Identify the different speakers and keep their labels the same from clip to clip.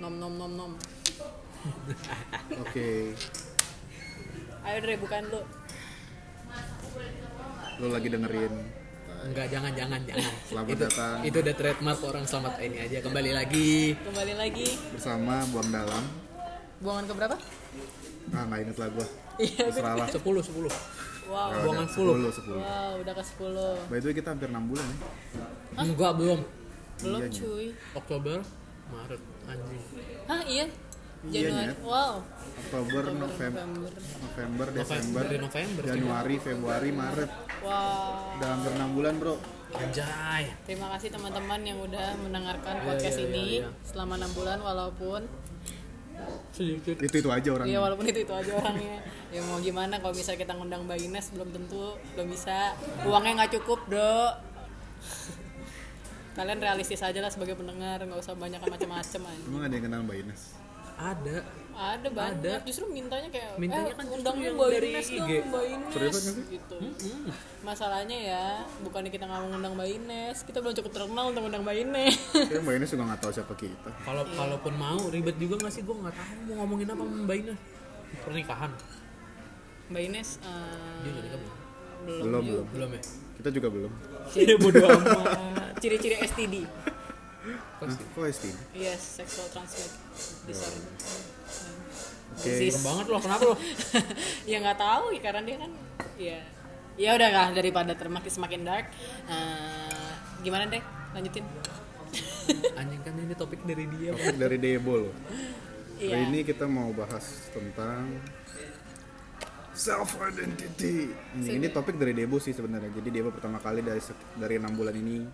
Speaker 1: nom nom nom nom
Speaker 2: Oke,
Speaker 1: ayo Dre bukan lu
Speaker 2: lu lagi dengerin.
Speaker 3: Enggak, jangan, jangan, jangan.
Speaker 2: Selamat
Speaker 3: itu,
Speaker 2: datang.
Speaker 3: Itu udah trademark orang selamat Nah, ini aja. Kembali lagi.
Speaker 1: kembali lagi
Speaker 2: bersama Buang Dalam.
Speaker 1: buangan ke berapa
Speaker 2: Ah, nggak inget lah gua.
Speaker 1: Iya,
Speaker 2: Terserah lah.
Speaker 3: 10, 10.
Speaker 1: wow
Speaker 3: Buangan
Speaker 2: 10. 10.
Speaker 1: wow udah ke 10
Speaker 2: By the way, kita hampir 6 bulan ya.
Speaker 3: Enggak, belum.
Speaker 1: belum
Speaker 2: Iya, Nyet.
Speaker 1: cuy
Speaker 3: Oktober, Maret, anjing.
Speaker 1: hah iya
Speaker 2: Iya,
Speaker 1: Januari
Speaker 2: Nyet.
Speaker 1: wow
Speaker 2: Oktober, November, November, Desember,
Speaker 3: Dari November, cuy.
Speaker 2: Januari, Februari, Maret.
Speaker 1: wow
Speaker 2: Udah hampir 6 bulan, Bro.
Speaker 3: Anjay.
Speaker 1: terima kasih teman-teman yang udah mendengarkan podcast
Speaker 3: iya,
Speaker 1: ini
Speaker 3: iya, iya.
Speaker 1: selama enam bulan walaupun
Speaker 3: Sedikit.
Speaker 2: Itu itu aja
Speaker 3: Iya,
Speaker 1: ya
Speaker 2: orangnya.
Speaker 1: walaupun itu itu aja orangnya ya mau gimana kalau misalnya kita ngundang Mbak Ines belum tentu belum bisa uangnya nggak cukup dok kalian realistis aja lah sebagai pendengar nggak usah banyak macam-macam aja
Speaker 2: Emang ada yang kenal Mbak Ines?
Speaker 3: Ada.
Speaker 1: ada banyak
Speaker 3: Ada.
Speaker 1: justru mintanya kayak eh,
Speaker 3: Mintanya kan justru
Speaker 1: undang
Speaker 3: yang
Speaker 1: Mbak
Speaker 3: dari
Speaker 1: Ines dong
Speaker 3: IG.
Speaker 1: Mbak Ines
Speaker 2: Seriusan nggak sih?
Speaker 1: gitu masalahnya ya bukannya kita nggak mau ngundang Mbak Ines kita belum cukup terkenal untuk undang Mbak Ines
Speaker 2: Kayaknya Mbak Ines juga nggak tahu siapa kita.
Speaker 3: Kalau kalaupun mau ribet juga nggak sih? Gue nggak tahu mau ngomongin apa sama Mbak Ina. Pernikahan.
Speaker 1: Mbak Ines eh,
Speaker 3: Dia udah nikah belum?
Speaker 1: belum
Speaker 2: Belum, belum.
Speaker 3: Belum ya?
Speaker 2: Kita juga belum.
Speaker 3: Iya bodo amat.
Speaker 1: ciri-ciri STD
Speaker 2: Hah, kok STD?
Speaker 1: Yes, sexual transmitted disorder.
Speaker 3: Iya.
Speaker 2: Oke.
Speaker 1: Disease.
Speaker 3: Serem banget loh, kenapa loh?
Speaker 1: ya nggak tahu ya karena dia kan ya ya udah lah daripada termakin semakin dark. eh, gimana deh lanjutin?
Speaker 3: Anjing kan ini topik dari dia.
Speaker 2: Topik dari Debo loh.
Speaker 3: Nah,
Speaker 1: Iya.
Speaker 2: Hari ini kita mau bahas tentang self identity. Ini, ini topik dari Debo sih sebenarnya. Jadi Debo pertama kali dari sek- dari enam bulan ini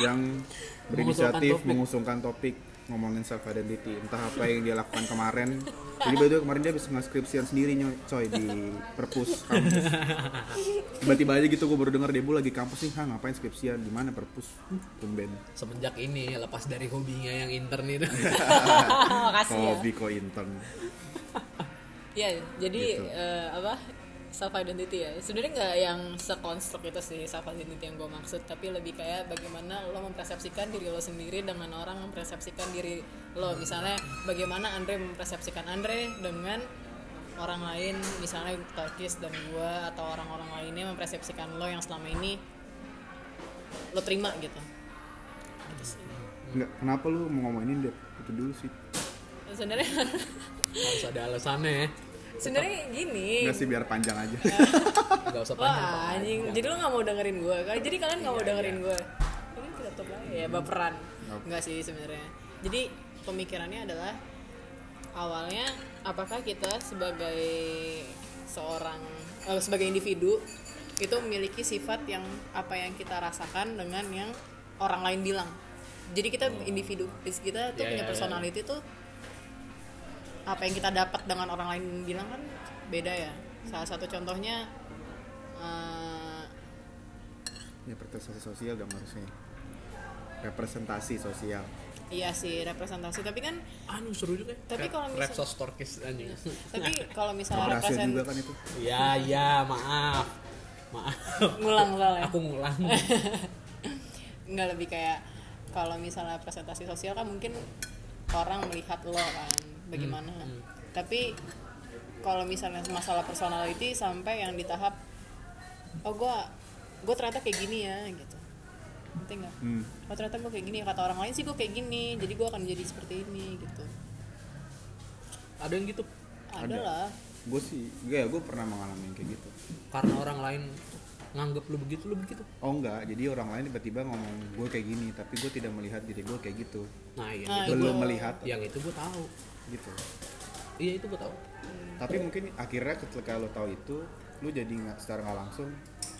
Speaker 2: yang berinisiatif
Speaker 3: topik.
Speaker 2: mengusungkan topik ngomongin self identity. Entah apa yang dia lakukan kemarin. Jadi by the way, kemarin dia habis ngeskripsian sendiri nyo- coy di perpus kampus. Tiba-tiba aja gitu gue baru dengar Debo lagi kampus nih, "Hah, ngapain skripsian? Di mana perpus?" Tumben.
Speaker 3: Semenjak ini lepas dari hobinya yang intern itu.
Speaker 1: Makasih ya.
Speaker 2: Hobi kok intern.
Speaker 1: Iya, jadi eh, apa? Self identity ya. Sebenarnya nggak yang sekonstruk itu sih self identity yang gue maksud, tapi lebih kayak bagaimana lo mempersepsikan diri lo sendiri dengan orang mempersepsikan diri lo. Misalnya bagaimana Andre mempersepsikan Andre dengan orang lain, misalnya Takis dan gue atau orang-orang lainnya mempersepsikan lo yang selama ini lo terima gitu. Gitu sih.
Speaker 2: Nggak, kenapa lu mau ngomongin dia? Itu dulu sih.
Speaker 1: Sebenarnya
Speaker 3: Harus ada alasannya ya.
Speaker 1: sebenarnya gini.
Speaker 2: Enggak sih biar panjang aja.
Speaker 3: Enggak usah panjang. Pak.
Speaker 1: Wah anjing, jadi lu gak mau dengerin gue kan? Jadi kalian gak mau dengerin gue? Kalian kita tutup aja ya, baperan Enggak sih sebenarnya Jadi pemikirannya adalah Awalnya, apakah kita sebagai seorang eh, Sebagai individu Itu memiliki sifat yang Apa yang kita rasakan dengan yang orang lain bilang Jadi kita individu, kita tuh
Speaker 3: Ya,
Speaker 1: punya
Speaker 3: ya, ya.
Speaker 1: personality tuh apa yang kita dapat dengan orang lain bilang kan beda ya salah satu contohnya eh,
Speaker 2: ya prestasi sosial dong harusnya. Representasi sosial.
Speaker 1: iya sih representasi tapi kan
Speaker 3: Anu seru juga.
Speaker 1: Tapi kalau misal-
Speaker 3: Repsos Torkis anjing.
Speaker 1: tapi
Speaker 3: Nah,
Speaker 1: kalau misalnya
Speaker 2: Berhasil
Speaker 1: represent
Speaker 2: juga kan itu.
Speaker 3: Ya ya maaf maaf.
Speaker 1: ngulang soalnya
Speaker 3: Aku ngulang.
Speaker 1: ya. nggak lebih kayak kalau misalnya presentasi sosial kan mungkin orang melihat lo kan bagaimana
Speaker 3: Hmm,
Speaker 1: tapi kalau misalnya masalah personality sampai yang di tahap oh gue gue ternyata kayak gini ya gitu ngerti nggak
Speaker 2: Hmm.
Speaker 1: oh ternyata gue kayak gini kata orang lain sih gue kayak gini jadi gue akan jadi seperti ini gitu
Speaker 3: Ada yang gitu
Speaker 1: ada lah
Speaker 2: Gue sih, gue ya gue pernah mengalami yang kayak gitu.
Speaker 3: karena orang lain nganggep lu begitu lu begitu.
Speaker 2: Oh enggak, jadi orang lain tiba-tiba ngomong gue kayak gini, tapi gue tidak melihat diri gue kayak gitu.
Speaker 3: Nah yang
Speaker 1: Nah,
Speaker 3: itu
Speaker 2: Belum
Speaker 3: gua,
Speaker 2: melihat
Speaker 3: yang itu gue tahu.
Speaker 2: gitu.
Speaker 3: Iya itu gue tahu.
Speaker 2: Tapi mungkin akhirnya ketika lo tahu itu, lo jadi nggak secara nggak langsung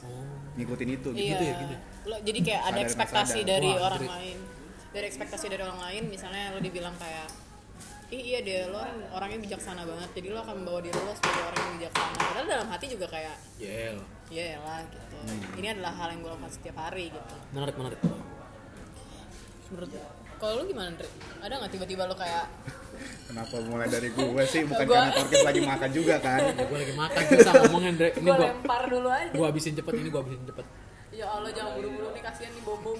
Speaker 3: Oh
Speaker 2: ngikutin itu gitu.
Speaker 1: iya
Speaker 3: gitu ya, gitu.
Speaker 1: Lo, jadi kayak ada
Speaker 2: Sadar nggak
Speaker 1: ekspektasi
Speaker 2: sadar.
Speaker 1: dari
Speaker 3: Wah,
Speaker 1: orang
Speaker 3: great.
Speaker 1: lain dari ekspektasi dari orang lain misalnya lo dibilang kayak Ih, iya deh lo orangnya bijaksana banget jadi lo akan membawa diri lo sebagai orang yang bijaksana padahal dalam hati juga kayak
Speaker 3: ya
Speaker 1: ya
Speaker 3: yeah.
Speaker 1: lah gitu
Speaker 3: Hmm.
Speaker 1: ini adalah hal yang gue lakukan setiap hari gitu
Speaker 3: menarik menarik.
Speaker 1: menurut kalau lo gimana Andre ada nggak tiba-tiba lo kayak
Speaker 2: Kenapa mulai dari gue sih? Bukan
Speaker 1: Gua-
Speaker 2: karena Torkis lagi makan juga kan?
Speaker 3: Ya gue lagi makan kita ngomongin Dre. Ini
Speaker 1: gue
Speaker 3: gue
Speaker 1: lempar dulu aja
Speaker 3: gue habisin cepet ini gue habisin cepet.
Speaker 1: ya Allah jangan buru-buru nih kasihan nih bombong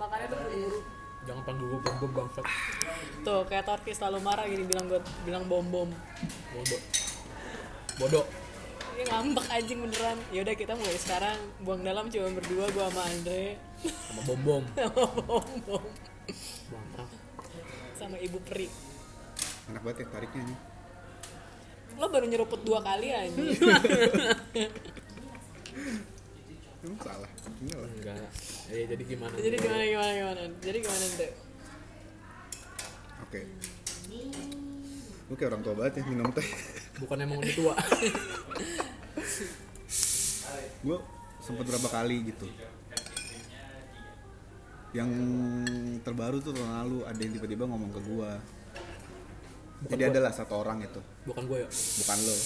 Speaker 1: makanya tuh buru-buru
Speaker 3: Jangan panggil gue bom bom bangsat.
Speaker 1: Tuh, kayak Torki selalu marah gini bilang gue bilang bom-bom.
Speaker 3: Bodoh. Bodoh.
Speaker 1: Ini ngambek anjing beneran. Yaudah kita mulai sekarang. Buang dalam cuma berdua gue sama Andre.
Speaker 3: Sama bom bom.
Speaker 1: Sama bom-bom.
Speaker 3: Bangsat.
Speaker 1: Sama Ibu Peri.
Speaker 2: Enak banget ya tariknya nih.
Speaker 1: Lo baru nyeruput dua kali anjing.
Speaker 2: Hmm. Emang salah. Ini lah.
Speaker 3: Enggak. Eh jadi gimana?
Speaker 1: Jadi gimana gimana gimana? Jadi gimana tuh?
Speaker 2: Oke. Lu kayak orang tua banget ya minum teh.
Speaker 3: Bukan emang udah tua.
Speaker 2: gue sempet berapa kali gitu. Yang terbaru tuh tahun lalu ada yang tiba-tiba ngomong ke gue. Jadi adalah satu orang itu,
Speaker 3: Bukan gue ya.
Speaker 2: bukan lo.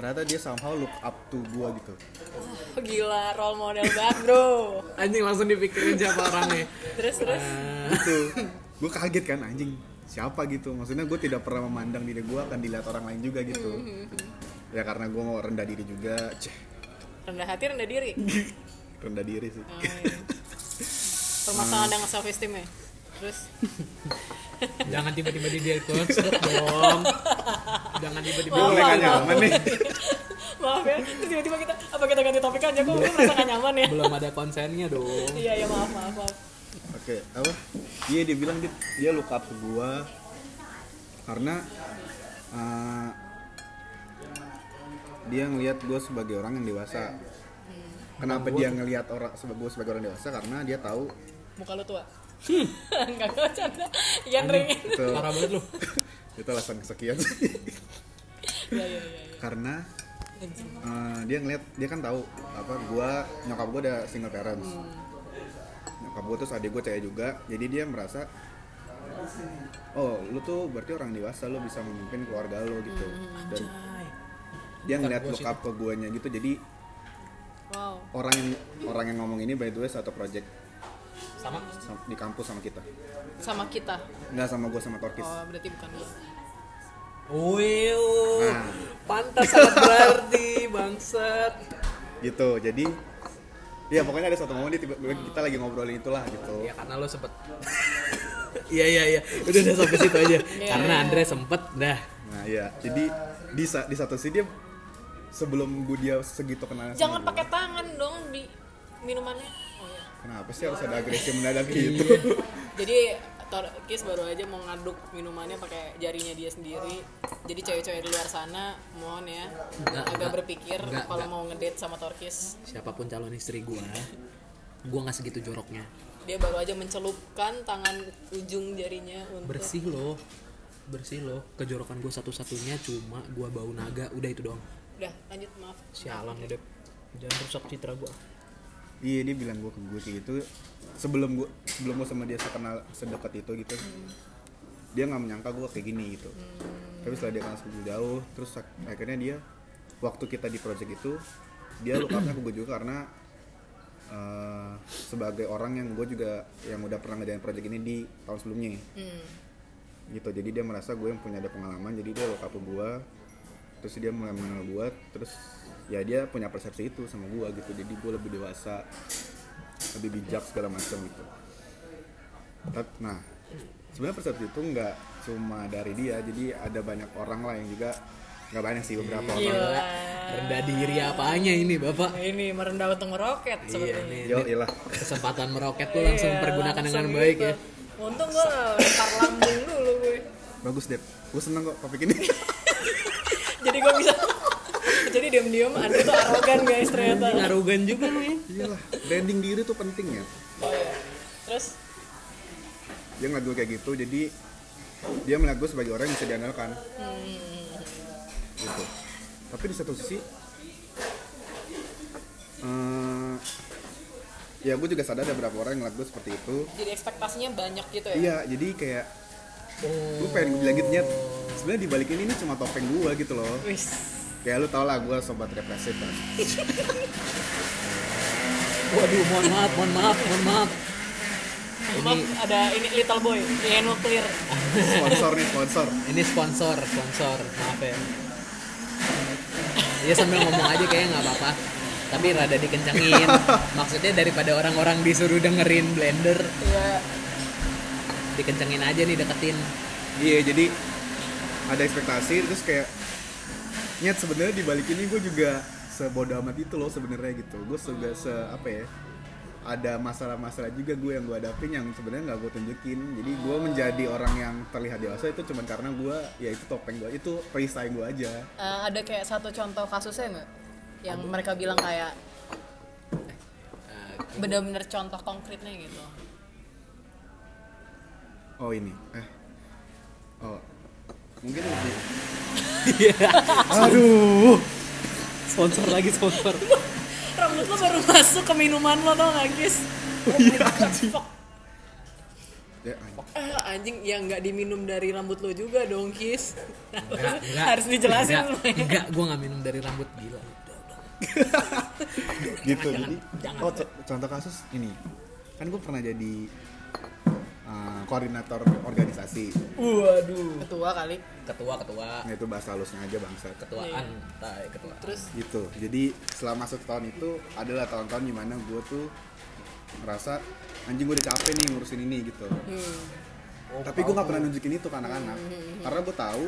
Speaker 2: Ternyata dia somehow look up to gue gitu.
Speaker 1: Oh, gila, role model banget, Bro.
Speaker 3: Anjing langsung dipikirin siapa orangnya. Eh,
Speaker 1: Terus terus
Speaker 2: Gitu. gue kaget kan anjing siapa gitu maksudnya gue tidak pernah memandang diri gue akan dilihat orang lain juga gitu ya karena gue mau rendah diri juga ceh
Speaker 1: rendah hati rendah diri.
Speaker 2: rendah diri sih
Speaker 1: Oh, iya. Permasalahan dengan self esteem ya. Terus
Speaker 3: Jangan tiba-tiba di dia coach dong. Jangan tiba-tiba.
Speaker 2: gue
Speaker 1: Maaf,
Speaker 2: mulai gak
Speaker 1: maaf.
Speaker 2: nyaman nih
Speaker 1: maaf ya, terus tiba-tiba kita apa kita ganti topik aja? Gue merasa gak nyaman ya.
Speaker 3: Belum ada konsennya dong.
Speaker 1: Iya iya maaf maaf maaf.
Speaker 2: oke apa iya dia bilang dia, dia look up ke gue karena eh, dia ngelihat gue sebagai orang yang dewasa kenapa dia ngelihat orang sebagai gue sebagai orang dewasa karena dia tahu
Speaker 1: Muka lu tua.
Speaker 3: Hmm.
Speaker 1: Enggak gue canda. Ian ringin.
Speaker 2: itu
Speaker 3: Parah banget lu.
Speaker 2: itu alasan kesekian iya,
Speaker 1: Iya iya iya. iya.
Speaker 2: karena
Speaker 1: Anjing.
Speaker 2: Eh, dia ngeliat dia kan tahu apa gua nyokap gua ada single parents
Speaker 1: Hmm.
Speaker 2: nyokap gua terus adik gua cewek juga jadi dia merasa oh lu tuh berarti orang dewasa lu bisa memimpin keluarga lu gitu
Speaker 1: Hmm,
Speaker 2: dan dia ngeliat look up ke guanya gitu jadi
Speaker 1: Wow.
Speaker 2: orang yang orang yang ngomong ini by the way satu project
Speaker 3: Sama.
Speaker 2: sam- di kampus sama kita
Speaker 1: Sama kita.
Speaker 2: nggak sama gua sama Torkis
Speaker 1: Oh berarti bukan gue.
Speaker 3: Wow.
Speaker 2: Nah.
Speaker 3: Pantas sangat berarti bangsat.
Speaker 2: gitu jadi ya pokoknya ada satu momen dia tiba, kita lagi ngobrolin itulah gitu
Speaker 3: Ya karena lo sempet Iya iya iya Udah udah sampai situ aja Karena Andre sempet Dah
Speaker 2: Nah iya, jadi di, sa- di satu sisi dia sebelum bu dia segitu kenalan sama
Speaker 1: Jangan
Speaker 2: gua,
Speaker 1: pakai tangan dong di minumannya. Oh, iya.
Speaker 2: Kenapa sih harus ada agresi mendadak gitu?
Speaker 1: Jadi Torkis baru aja mau ngaduk minumannya pakai jarinya dia sendiri. Jadi cewek-cewek di luar sana mohon ya
Speaker 3: Enggak,
Speaker 1: agak
Speaker 3: enggak.
Speaker 1: berpikir
Speaker 3: Enggak,
Speaker 1: kalau
Speaker 3: enggak.
Speaker 1: mau ngedate sama Torkis.
Speaker 3: Siapapun calon istri gue Gue gak segitu joroknya
Speaker 1: Dia baru aja mencelupkan tangan ujung jarinya untuk
Speaker 3: Bersih loh Bersih loh Kejorokan gue satu-satunya Cuma gue bau naga Udah itu doang
Speaker 1: Udah, lanjut maaf.
Speaker 3: Sialan udah Jangan rusak citra gue
Speaker 2: iya dia bilang gue ke gue kayak gitu sebelum gue sebelum gue sama dia sekenal sedekat itu gitu dia nggak menyangka gue kayak gini gitu tapi setelah dia kenal semakin jauh terus ak- akhirnya dia waktu kita di project itu dia look up-nya ke gue juga karena eh, sebagai orang yang gue juga yang udah pernah ngerjain project ini di tahun sebelumnya
Speaker 1: Hmm.
Speaker 2: gitu jadi dia merasa gue yang punya ada pengalaman jadi dia look up ke gue terus dia mulai mengenal gue terus ya dia punya persepsi itu sama gue gitu jadi gue lebih dewasa lebih bijak segala macam gitu Tet- nah sebenarnya persepsi itu nggak cuma dari dia jadi ada banyak orang lah yang juga nggak banyak sih beberapa orang
Speaker 3: Iya.
Speaker 1: Gila.
Speaker 3: Rendah diri apanya ini bapak
Speaker 1: Nah, Ini merendah untuk meroket
Speaker 3: Iya
Speaker 1: sepertinya.
Speaker 3: nih
Speaker 2: yo ilah
Speaker 3: Kesempatan meroket lo langsung
Speaker 1: Iya,
Speaker 3: pergunakan
Speaker 1: langsung
Speaker 3: dengan
Speaker 1: gitu.
Speaker 3: baik ya
Speaker 1: Untung gue lempar lambung dulu gue.
Speaker 2: bagus deh gue seneng kok topik ini
Speaker 1: Jadi gue bisa jadi diam-diam ada tuh arogan guys ternyata.
Speaker 3: Ini arogan juga lo ya
Speaker 2: iyalah branding diri tuh penting ya
Speaker 1: Terus
Speaker 2: dia ngeliat gue kayak gitu jadi dia melihat gue sebagai orang yang bisa diandalkan gitu tapi di satu sisi eh, ya gue juga sadar ada beberapa orang yang ngeliat gue seperti itu
Speaker 1: jadi ekspektasinya banyak gitu ya.
Speaker 2: iya jadi kayak gue pengen bilang gitu nyet sebenarnya dibalik ini ini cuma topeng gue gitu loh
Speaker 1: Wis.
Speaker 2: kayak lu tau lah gue sobat represif kan
Speaker 3: Waduh mohon maaf mohon maaf mohon maaf
Speaker 1: Maaf ada ini little boy, ini nuklir.
Speaker 2: sponsor nih sponsor
Speaker 3: Ini sponsor, sponsor, maaf ya. Ya sambil ngomong aja kayaknya nggak apa-apa. Tapi rada dikencengin. Maksudnya daripada orang-orang disuruh dengerin blender,
Speaker 1: Iya.
Speaker 3: dikencengin aja nih deketin
Speaker 2: Iya, jadi ada ekspektasi terus kayak nyet sebenarnya di balik ini gue juga sebodoh amat itu loh sebenarnya gitu. Gue juga se apa ya? Ada masalah-masalah juga gue yang gue hadapin yang sebenarnya nggak gue tunjukin. Jadi gue menjadi orang yang terlihat dewasa itu cuma karena gue ya itu topeng gue itu perisai gue aja.
Speaker 1: Eh, ada kayak satu contoh kasusnya nggak yang mereka bilang kayak
Speaker 3: Eh,
Speaker 1: bener-bener contoh konkretnya gitu
Speaker 2: Oh ini, eh, oh mungkin lebih. Aduh,
Speaker 3: sponsor lagi sponsor Iya,
Speaker 1: rambut lo baru masuk ke minuman lo tau gak guys
Speaker 2: oh, iya anjing. Ya, anjing.
Speaker 1: Eh, anjing yang nggak diminum dari rambut lo juga dong kis
Speaker 3: Enggak, enggak.
Speaker 1: harus dijelasin
Speaker 3: enggak,
Speaker 1: semuanya.
Speaker 3: enggak gue nggak minum dari rambut gila udah udah
Speaker 2: gitu
Speaker 3: Nah, jangan,
Speaker 2: jadi
Speaker 3: jangan.
Speaker 2: oh co- contoh kasus ini kan gue pernah jadi uh, koordinator organisasi
Speaker 3: Nah. waduh
Speaker 1: ketua kali
Speaker 3: ketua ketua
Speaker 2: nah itu bahasa halusnya aja bangsa
Speaker 3: ketuaan tai ketua
Speaker 1: Iya. terus
Speaker 2: gitu jadi selama satu tahun itu adalah tahun-tahun dimana gue tuh merasa anjing gue udah capek nih ngurusin ini gitu
Speaker 1: Hmm,
Speaker 3: Oh,
Speaker 2: tapi gue nggak pernah nunjukin itu ke anak-anak
Speaker 3: Hmm,
Speaker 2: karena gue tahu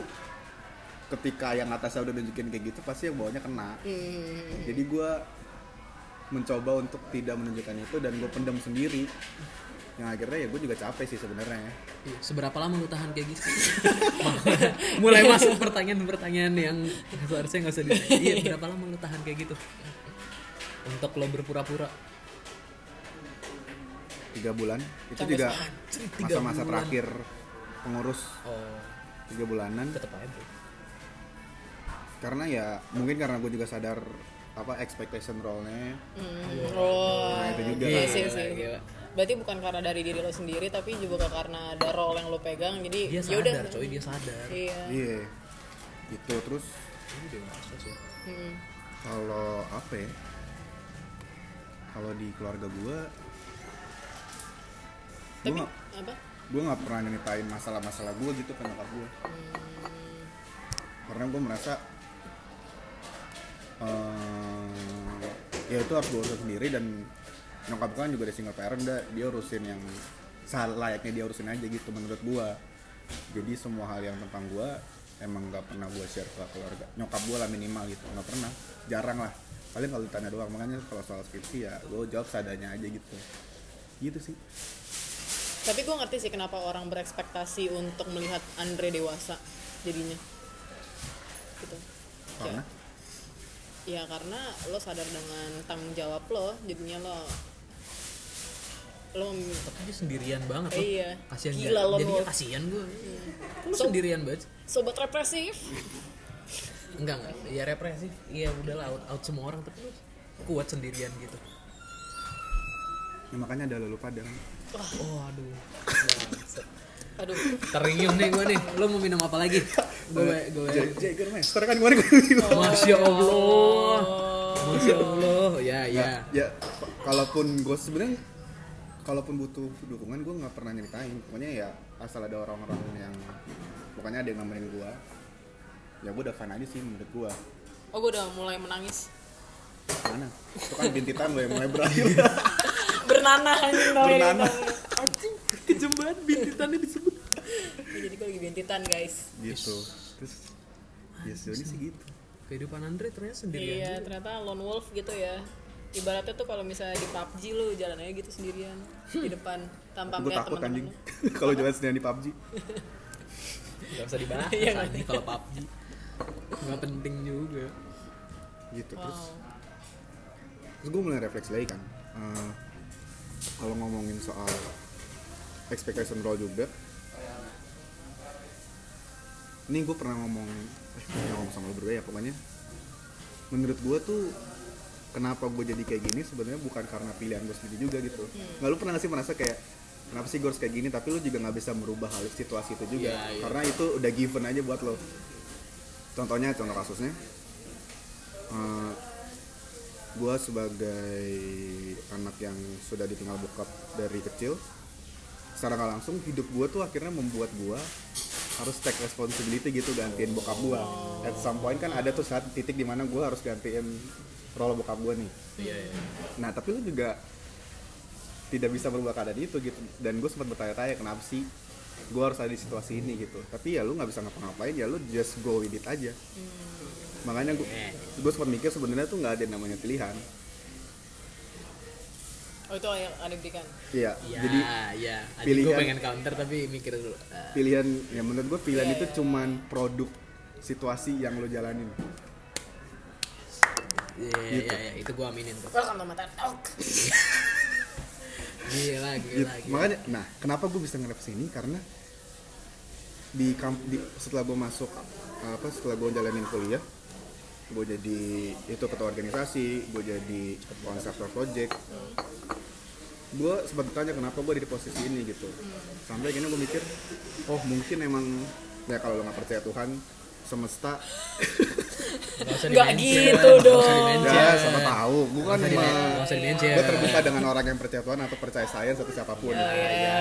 Speaker 2: ketika yang atasnya udah nunjukin kayak gitu pasti yang bawahnya kena
Speaker 1: hmm,
Speaker 2: jadi gue mencoba untuk tidak menunjukkan itu dan gue pendam sendiri yang akhirnya ya gue juga capek sih sebenarnya ya.
Speaker 3: Iya, seberapa lama lu tahan kayak gitu mulai masuk pertanyaan-pertanyaan yang seharusnya nggak usah ditanya iya berapa lama lu tahan kayak gitu untuk lo berpura-pura
Speaker 2: tiga bulan itu
Speaker 1: Capek
Speaker 2: juga
Speaker 3: banget. Tiga
Speaker 2: masa-masa
Speaker 3: bulan.
Speaker 2: terakhir pengurus
Speaker 3: oh
Speaker 2: tiga bulanan
Speaker 3: tetap aja
Speaker 2: karena ya mungkin karena gue juga sadar apa expectation role-nya
Speaker 3: Iya,
Speaker 1: hmm. oh
Speaker 2: Nah, itu juga.
Speaker 1: iya sih, sih.
Speaker 3: Gila.
Speaker 1: berarti bukan karena dari diri lo sendiri tapi juga karena ada role yang lo pegang jadi
Speaker 3: dia
Speaker 1: ya udah
Speaker 3: Iya, sadar coy dia sadar
Speaker 1: iya
Speaker 2: iya gitu terus
Speaker 3: Ini dewasa sih.
Speaker 1: Hmm.
Speaker 2: kalau apa ya kalau di keluarga gue gue
Speaker 1: tapi
Speaker 2: nggak-
Speaker 1: apa
Speaker 2: gue nggak pernah nyeritain masalah-masalah gue gitu ke nyokap gue karena gue merasa eh, ya itu harus gue urus sendiri dan nyokap gue kan juga ada single parent dah dia urusin yang selayaknya dia urusin aja gitu menurut gue jadi semua hal yang tentang gue emang nggak pernah gue share ke keluarga nyokap gue lah minimal gitu nggak pernah jarang lah paling kalau ditanya doang makanya kalau soal skripsi ya gue jawab seadanya aja gitu gitu sih
Speaker 1: tapi gue ngerti sih kenapa orang berekspektasi untuk melihat Andre dewasa jadinya gitu
Speaker 2: karena
Speaker 1: Kayak- ya karena lo sadar dengan tanggung jawab lo jadinya lo lo mem-
Speaker 3: Tapi dia sendirian banget loh.
Speaker 1: Iya.
Speaker 3: Kasihan
Speaker 1: Gila
Speaker 3: dia.
Speaker 1: lo,
Speaker 3: Jadinya
Speaker 1: Bos.
Speaker 3: kasihan gue. Lu
Speaker 1: So-
Speaker 3: sendirian banget.
Speaker 1: sobat represif
Speaker 3: Enggak enggak. Ya represif. Iya udahlah out, out semua orang tapi lu kuat sendirian gitu.
Speaker 2: ya makanya ada lalu padang
Speaker 3: Oh aduh. Bangsat.
Speaker 1: aduh
Speaker 3: Teringin nih gue nih. Lu mau minum apa lagi? Gue gue.
Speaker 2: Jagger Master kan kemarin gue bilang.
Speaker 3: Masya Allah. Masya Allah. Ya ya.
Speaker 2: Ya, kalaupun gue sebenarnya kalaupun butuh dukungan gue nggak pernah nyeritain. Pokoknya ya asal ada orang-orang yang pokoknya ada yang nemenin gue. Ya gue udah fan aja sih menurut gue.
Speaker 1: oh gue udah mulai menangis
Speaker 2: Mana? Itu kan bintitan lo yang mulai berakhir.
Speaker 1: bernanah anjing namanya
Speaker 2: Bernanah.
Speaker 1: ditanya.
Speaker 3: Kejem banget bintitannya disebut.
Speaker 1: Ya, jadi gue lagi bintitan guys
Speaker 2: gitu. Terus ya sih sih gitu.
Speaker 3: Kehidupan Andre ternyata sendirian.
Speaker 1: iya ternyata lone wolf gitu ya ibaratnya tuh kalau misalnya di PUBG lo jalan aja gitu sendirian di depan tanpa
Speaker 2: Gue
Speaker 1: melihat
Speaker 2: takut
Speaker 1: teman-teman
Speaker 2: anjing
Speaker 1: lo.
Speaker 2: kalau jalan sendirian di PUBG.
Speaker 3: Gak usah dibahas
Speaker 1: Iya,
Speaker 3: anjing kalau PUBG. Gak penting juga.
Speaker 2: Gitu terus.
Speaker 1: wow
Speaker 2: Terus gue mulai refleksi lagi kan. Eh, kalau ngomongin soal expectation role juga, ini gue pernah ngomong, eh, pernah ngomong sama lo berdua ya pokoknya. Menurut gue tuh kenapa gue jadi kayak gini sebenarnya bukan karena pilihan gue sendiri juga gitu.
Speaker 3: Hmm.
Speaker 2: Nggak lu pernah gak sih merasa kayak kenapa sih gue harus kayak gini tapi lu juga nggak bisa merubah hal situasi itu juga
Speaker 3: Iya, iya.
Speaker 2: karena itu udah given aja buat lo. Contohnya contoh kasusnya. eh, gue sebagai anak yang sudah ditinggal bokap dari kecil secara nggak langsung hidup gue tuh akhirnya membuat gue harus take responsibility gitu gantiin bokap gue
Speaker 3: Oh.
Speaker 2: at some point kan ada tuh saat titik dimana gue harus gantiin role bokap gue nih
Speaker 3: Iya iya.
Speaker 2: nah tapi lu juga tidak bisa berubah keadaan itu gitu dan gue sempat bertanya-tanya kenapa sih gue harus ada di situasi ini gitu tapi ya lu nggak bisa ngapa-ngapain ya lu just go with it aja makanya gue gue sempat mikir sebenarnya tuh nggak ada yang namanya pilihan
Speaker 1: oh itu yang ada berikan
Speaker 2: iya
Speaker 3: Ya,
Speaker 2: jadi
Speaker 3: ya. Anjing gue
Speaker 2: pilihan-
Speaker 3: pengen counter tapi mikir dulu. Ah,
Speaker 2: pilihan ya menurut gue pilihan
Speaker 1: Iya,
Speaker 2: itu
Speaker 1: iya.
Speaker 2: cuman produk situasi yang lo jalanin
Speaker 3: Iya,
Speaker 2: Gitu.
Speaker 3: iya, iya, itu gue aminin tuh.
Speaker 1: welcome to Mata Talk
Speaker 3: Gila,
Speaker 2: Gitu.
Speaker 3: gila, gila.
Speaker 2: makanya nah kenapa gue bisa nge-rap sini karena di, kamp, di- setelah gue masuk apa setelah gue jalanin kuliah gue jadi itu ketua organisasi gue jadi konseptor project gue sempat tanya kenapa gue di posisi ini gitu sampai akhirnya gue mikir oh mungkin emang ya kalau lo nggak percaya Tuhan semesta
Speaker 3: Gak usah
Speaker 1: Gak
Speaker 3: di-mention,
Speaker 1: gitu
Speaker 3: gak usah
Speaker 1: dong.
Speaker 3: di-mention.
Speaker 2: ya sama tahu gue kan
Speaker 3: Gak usah
Speaker 2: emang
Speaker 3: di-men- gak usah ya. di-mention.
Speaker 2: gue terbuka dengan orang yang percaya Tuhan atau percaya sains atau
Speaker 3: Ya,
Speaker 2: siapapun
Speaker 1: oh iya iya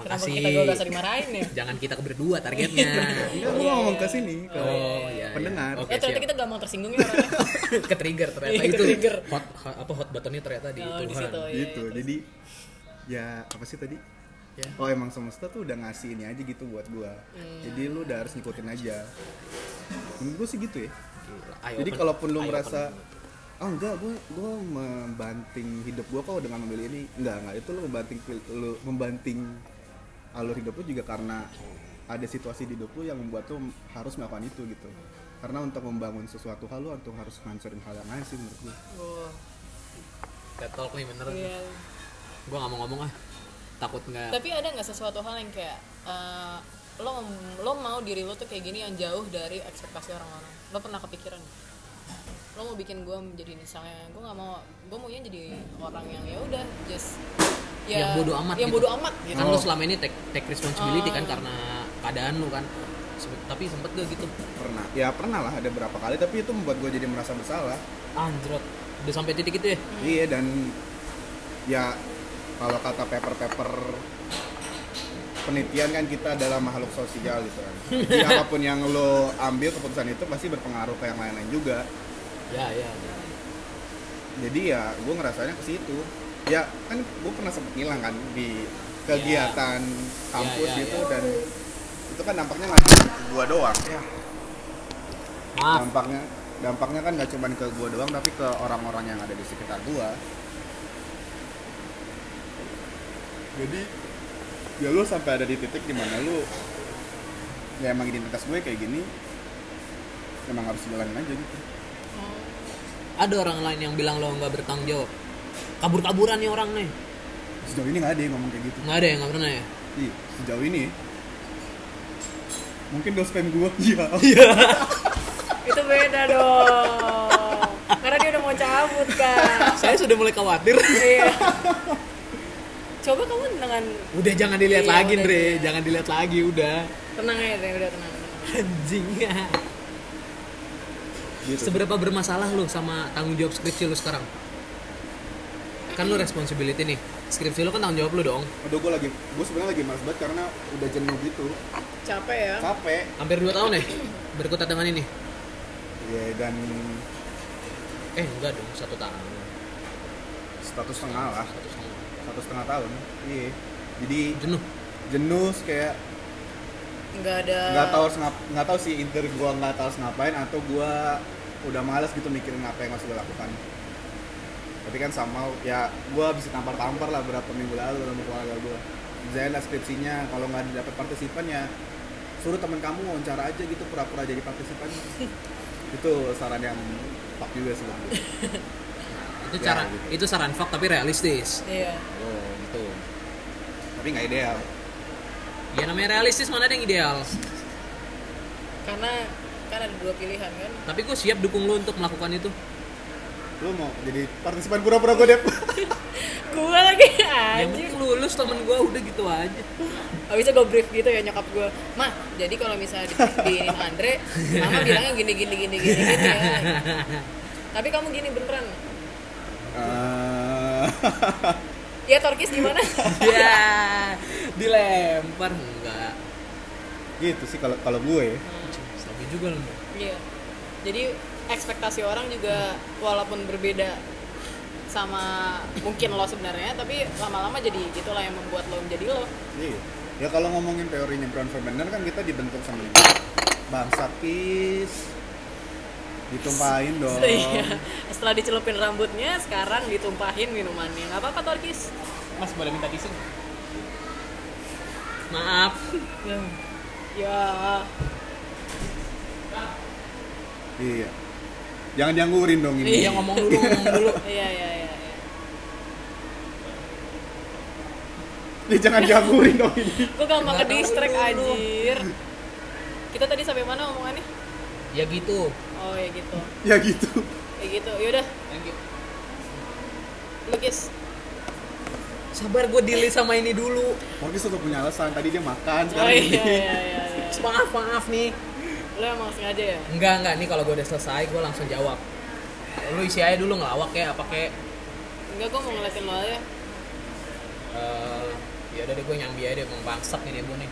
Speaker 1: kenapa
Speaker 3: makasih.
Speaker 1: kita gue gak usah dimarahin ya
Speaker 3: Jangan kita berdua targetnya.
Speaker 2: Enggak, gue ngomong ke sini ke
Speaker 3: Oh, iya.
Speaker 2: Iya, pendengar.
Speaker 3: Oke,
Speaker 1: Eh ternyata
Speaker 3: siap.
Speaker 1: kita gak mau tersinggung ya orangnya.
Speaker 3: ke trigger ternyata
Speaker 1: Iya,
Speaker 3: itu
Speaker 1: ke-trigger.
Speaker 3: hot, hot- apa hot buttonnya ternyata di
Speaker 1: Oh,
Speaker 3: Tuhan
Speaker 1: di situ ya.
Speaker 2: gitu. Jadi ya apa sih tadi?
Speaker 3: Ya. Hmm.
Speaker 2: Oh emang semesta tuh udah ngasih ini aja gitu buat gua. Jadi lu udah harus ngikutin aja. Menurut gua sih gitu ya.
Speaker 3: Gila, eye
Speaker 2: Jadi
Speaker 3: open-
Speaker 2: kalaupun lu
Speaker 3: eye
Speaker 2: merasa
Speaker 3: open.
Speaker 2: ah enggak gua gua membanting hidup gua kok dengan memilih ini. Enggak, enggak itu lu membanting pil- lu membanting alur hidup lu juga karena ada situasi di hidup lu yang membuat lu harus melakukan itu gitu. Karena untuk membangun sesuatu hal lu untuk harus ngancurin hal yang lain sih menurut gua.
Speaker 1: Oh,
Speaker 3: Ted talk nih bener
Speaker 1: iya.
Speaker 3: gue gak mau ngomong ah takut nggak
Speaker 1: Tapi ada nggak sesuatu hal yang kayak eh, lo lo mau diri lo tuh kayak gini yang jauh dari ekspektasi orang-orang. Lo pernah kepikiran? nggak? Lo mau bikin gue menjadi misalnya gue nggak mau gue maunya jadi orang yang ya udah just ya,
Speaker 3: Yang bodo amat
Speaker 1: yang
Speaker 3: gitu.
Speaker 1: bodo amat gitu.
Speaker 3: kan lu selama ini take, take
Speaker 1: Oh.
Speaker 3: responsibility kan karena keadaan lu kan Sempet- tapi sempet gak gitu
Speaker 2: pernah ya pernah lah ada berapa kali tapi itu membuat gue jadi merasa bersalah
Speaker 3: anjrot udah sampai titik itu ya
Speaker 2: iya dan ya kalau kata paper-paper penelitian kan kita adalah makhluk sosial gitu kan jadi apapun yang lo ambil keputusan itu pasti berpengaruh ke yang lain-lain juga
Speaker 3: ya ya
Speaker 2: jadi ya gue ngerasanya ke situ ya kan gue pernah sempet ngilang kan di kegiatan kampus
Speaker 3: Ya, ya,
Speaker 2: gitu
Speaker 3: ya.
Speaker 2: dan itu kan dampaknya nggak cuma ke gue doang
Speaker 3: maaf
Speaker 2: dampaknya dampaknya kan nggak cuma ke gue doang tapi ke orang-orang yang ada di sekitar gue jadi ya lu sampai ada di titik dimana lu ya emang identitas gue kayak gini emang harus jalanin aja gitu
Speaker 3: ada orang lain yang bilang lo nggak bertanggung jawab kabur-kaburan nih orang nih
Speaker 2: sejauh ini nggak ada yang ngomong kayak gitu
Speaker 3: nggak ada ya nggak pernah ya
Speaker 2: Ih, sejauh ini mungkin dosen spam gue iya
Speaker 1: Itu beda dong. Karena dia udah mau cabut kan.
Speaker 3: saya sudah mulai khawatir
Speaker 1: Iya. Coba kamu dengan
Speaker 3: udah jangan dilihat
Speaker 1: Iya,
Speaker 3: lagi
Speaker 1: udah
Speaker 3: Andre
Speaker 1: dilihat.
Speaker 3: jangan dilihat lagi udah
Speaker 1: tenang aja deh, udah tenang. tenang.
Speaker 3: anjing
Speaker 2: gitu
Speaker 3: Seberapa bermasalah lu sama tanggung jawab skripsi lu sekarang? Kan lu responsibility nih. Skripsi lu kan tanggung jawab lu dong.
Speaker 2: aduh gue lagi gue sebenarnya lagi males banget karena udah jenuh gitu
Speaker 1: Capek ya.
Speaker 2: capek
Speaker 3: Hampir 2 tahun ya berkutat dengan ini.
Speaker 2: ya dan
Speaker 3: Eh, enggak dong, satu tahun.
Speaker 2: status setengah lah
Speaker 3: Satu setengah.
Speaker 2: satu setengah tahun iya jadi
Speaker 3: Jenuh.
Speaker 2: jenuh terus kayak
Speaker 1: Nggak ada.
Speaker 2: nggak tahu harus ngap- nggak tahu sih inter gua nggak tahu harus ngapain atau gua udah males gitu mikirin apa yang harus gua lakukan tapi kan sama ya gua bisa tampar-tampar lah berapa minggu lalu sama keluarga gua Zain lah skripsinya kalau nggak didapat partisipan ya suruh teman kamu wawancara aja gitu pura-pura jadi partisipan itu saran yang pak juga sih bang.
Speaker 3: Itu
Speaker 2: Ya,
Speaker 3: cara
Speaker 2: gitu.
Speaker 3: itu saran fuck tapi realistis.
Speaker 1: Iya.
Speaker 3: Oh, gitu.
Speaker 2: tapi nggak ideal
Speaker 3: Ya namanya realistis mana ada yang ideal.
Speaker 1: Karena kan ada dua pilihan kan.
Speaker 3: Tapi gue siap dukung lu untuk melakukan itu.
Speaker 2: lu mau jadi partisipan pura-pura gua deh
Speaker 1: Gua lagi
Speaker 3: Yang
Speaker 1: anjir.
Speaker 3: penting lulus temen gue udah gitu aja.
Speaker 1: Habisnya gue brief gitu ya nyokap gue. Mah, jadi kalau misalnya di, diinin Andre, mama bilangnya gini gini gini gini gitu ya. Tapi kamu gini beneran.
Speaker 2: Eh,
Speaker 1: Ya Torkis gimana?
Speaker 3: ya, dilempar enggak.
Speaker 2: gitu sih kalau kalau gue ya.
Speaker 3: Sabi juga lu.
Speaker 1: Iya. Jadi ekspektasi orang juga walaupun berbeda Oh. sama mungkin lo sebenarnya, tapi lama-lama jadi itulah yang membuat lo menjadi lo.
Speaker 2: Iya. ya kalau ngomongin teorinya Brown Fairbairn kan kita dibentuk sama ini bangsat kis ditumpahin dong
Speaker 1: Iya. Setelah dicelupin rambutnya, sekarang ditumpahin minumannya. Nggak apa-apa, Torkis.
Speaker 4: Mas boleh minta tisu? nggak?
Speaker 3: Maaf.
Speaker 1: Ya. Ya.
Speaker 2: iya jangan dianggurin dong ini
Speaker 3: Iya ngomong dulu, ngomong dulu.
Speaker 1: Iya, iya, iya. iya.
Speaker 2: Ih, jangan dianggurin dong ini
Speaker 1: Gue gampang ke distract, anjir. Kita tadi sampai mana omongannya?
Speaker 3: Ya gitu.
Speaker 1: Oh, ya gitu.
Speaker 2: ya gitu
Speaker 1: Ya gitu. Yaudah,
Speaker 4: Thank you.
Speaker 1: lukis.
Speaker 3: Sabar gue delay sama ini dulu.
Speaker 2: Mungkin suka punya alasan tadi dia makan
Speaker 1: Oh
Speaker 2: sekarang
Speaker 1: iya,
Speaker 2: ini
Speaker 1: iya, iya. iya.
Speaker 3: Maaf, maaf nih.
Speaker 1: Lo emang sengaja ya?
Speaker 3: Enggak, enggak. Nih kalau gue udah selesai, gue langsung jawab. Lu isi aja dulu ngelawak ya, apa kayak
Speaker 1: Enggak, gue mau ngeliatin lo aja.
Speaker 3: eh ya udah deh gue nyambi aja deh emang bangsat nih demo nih.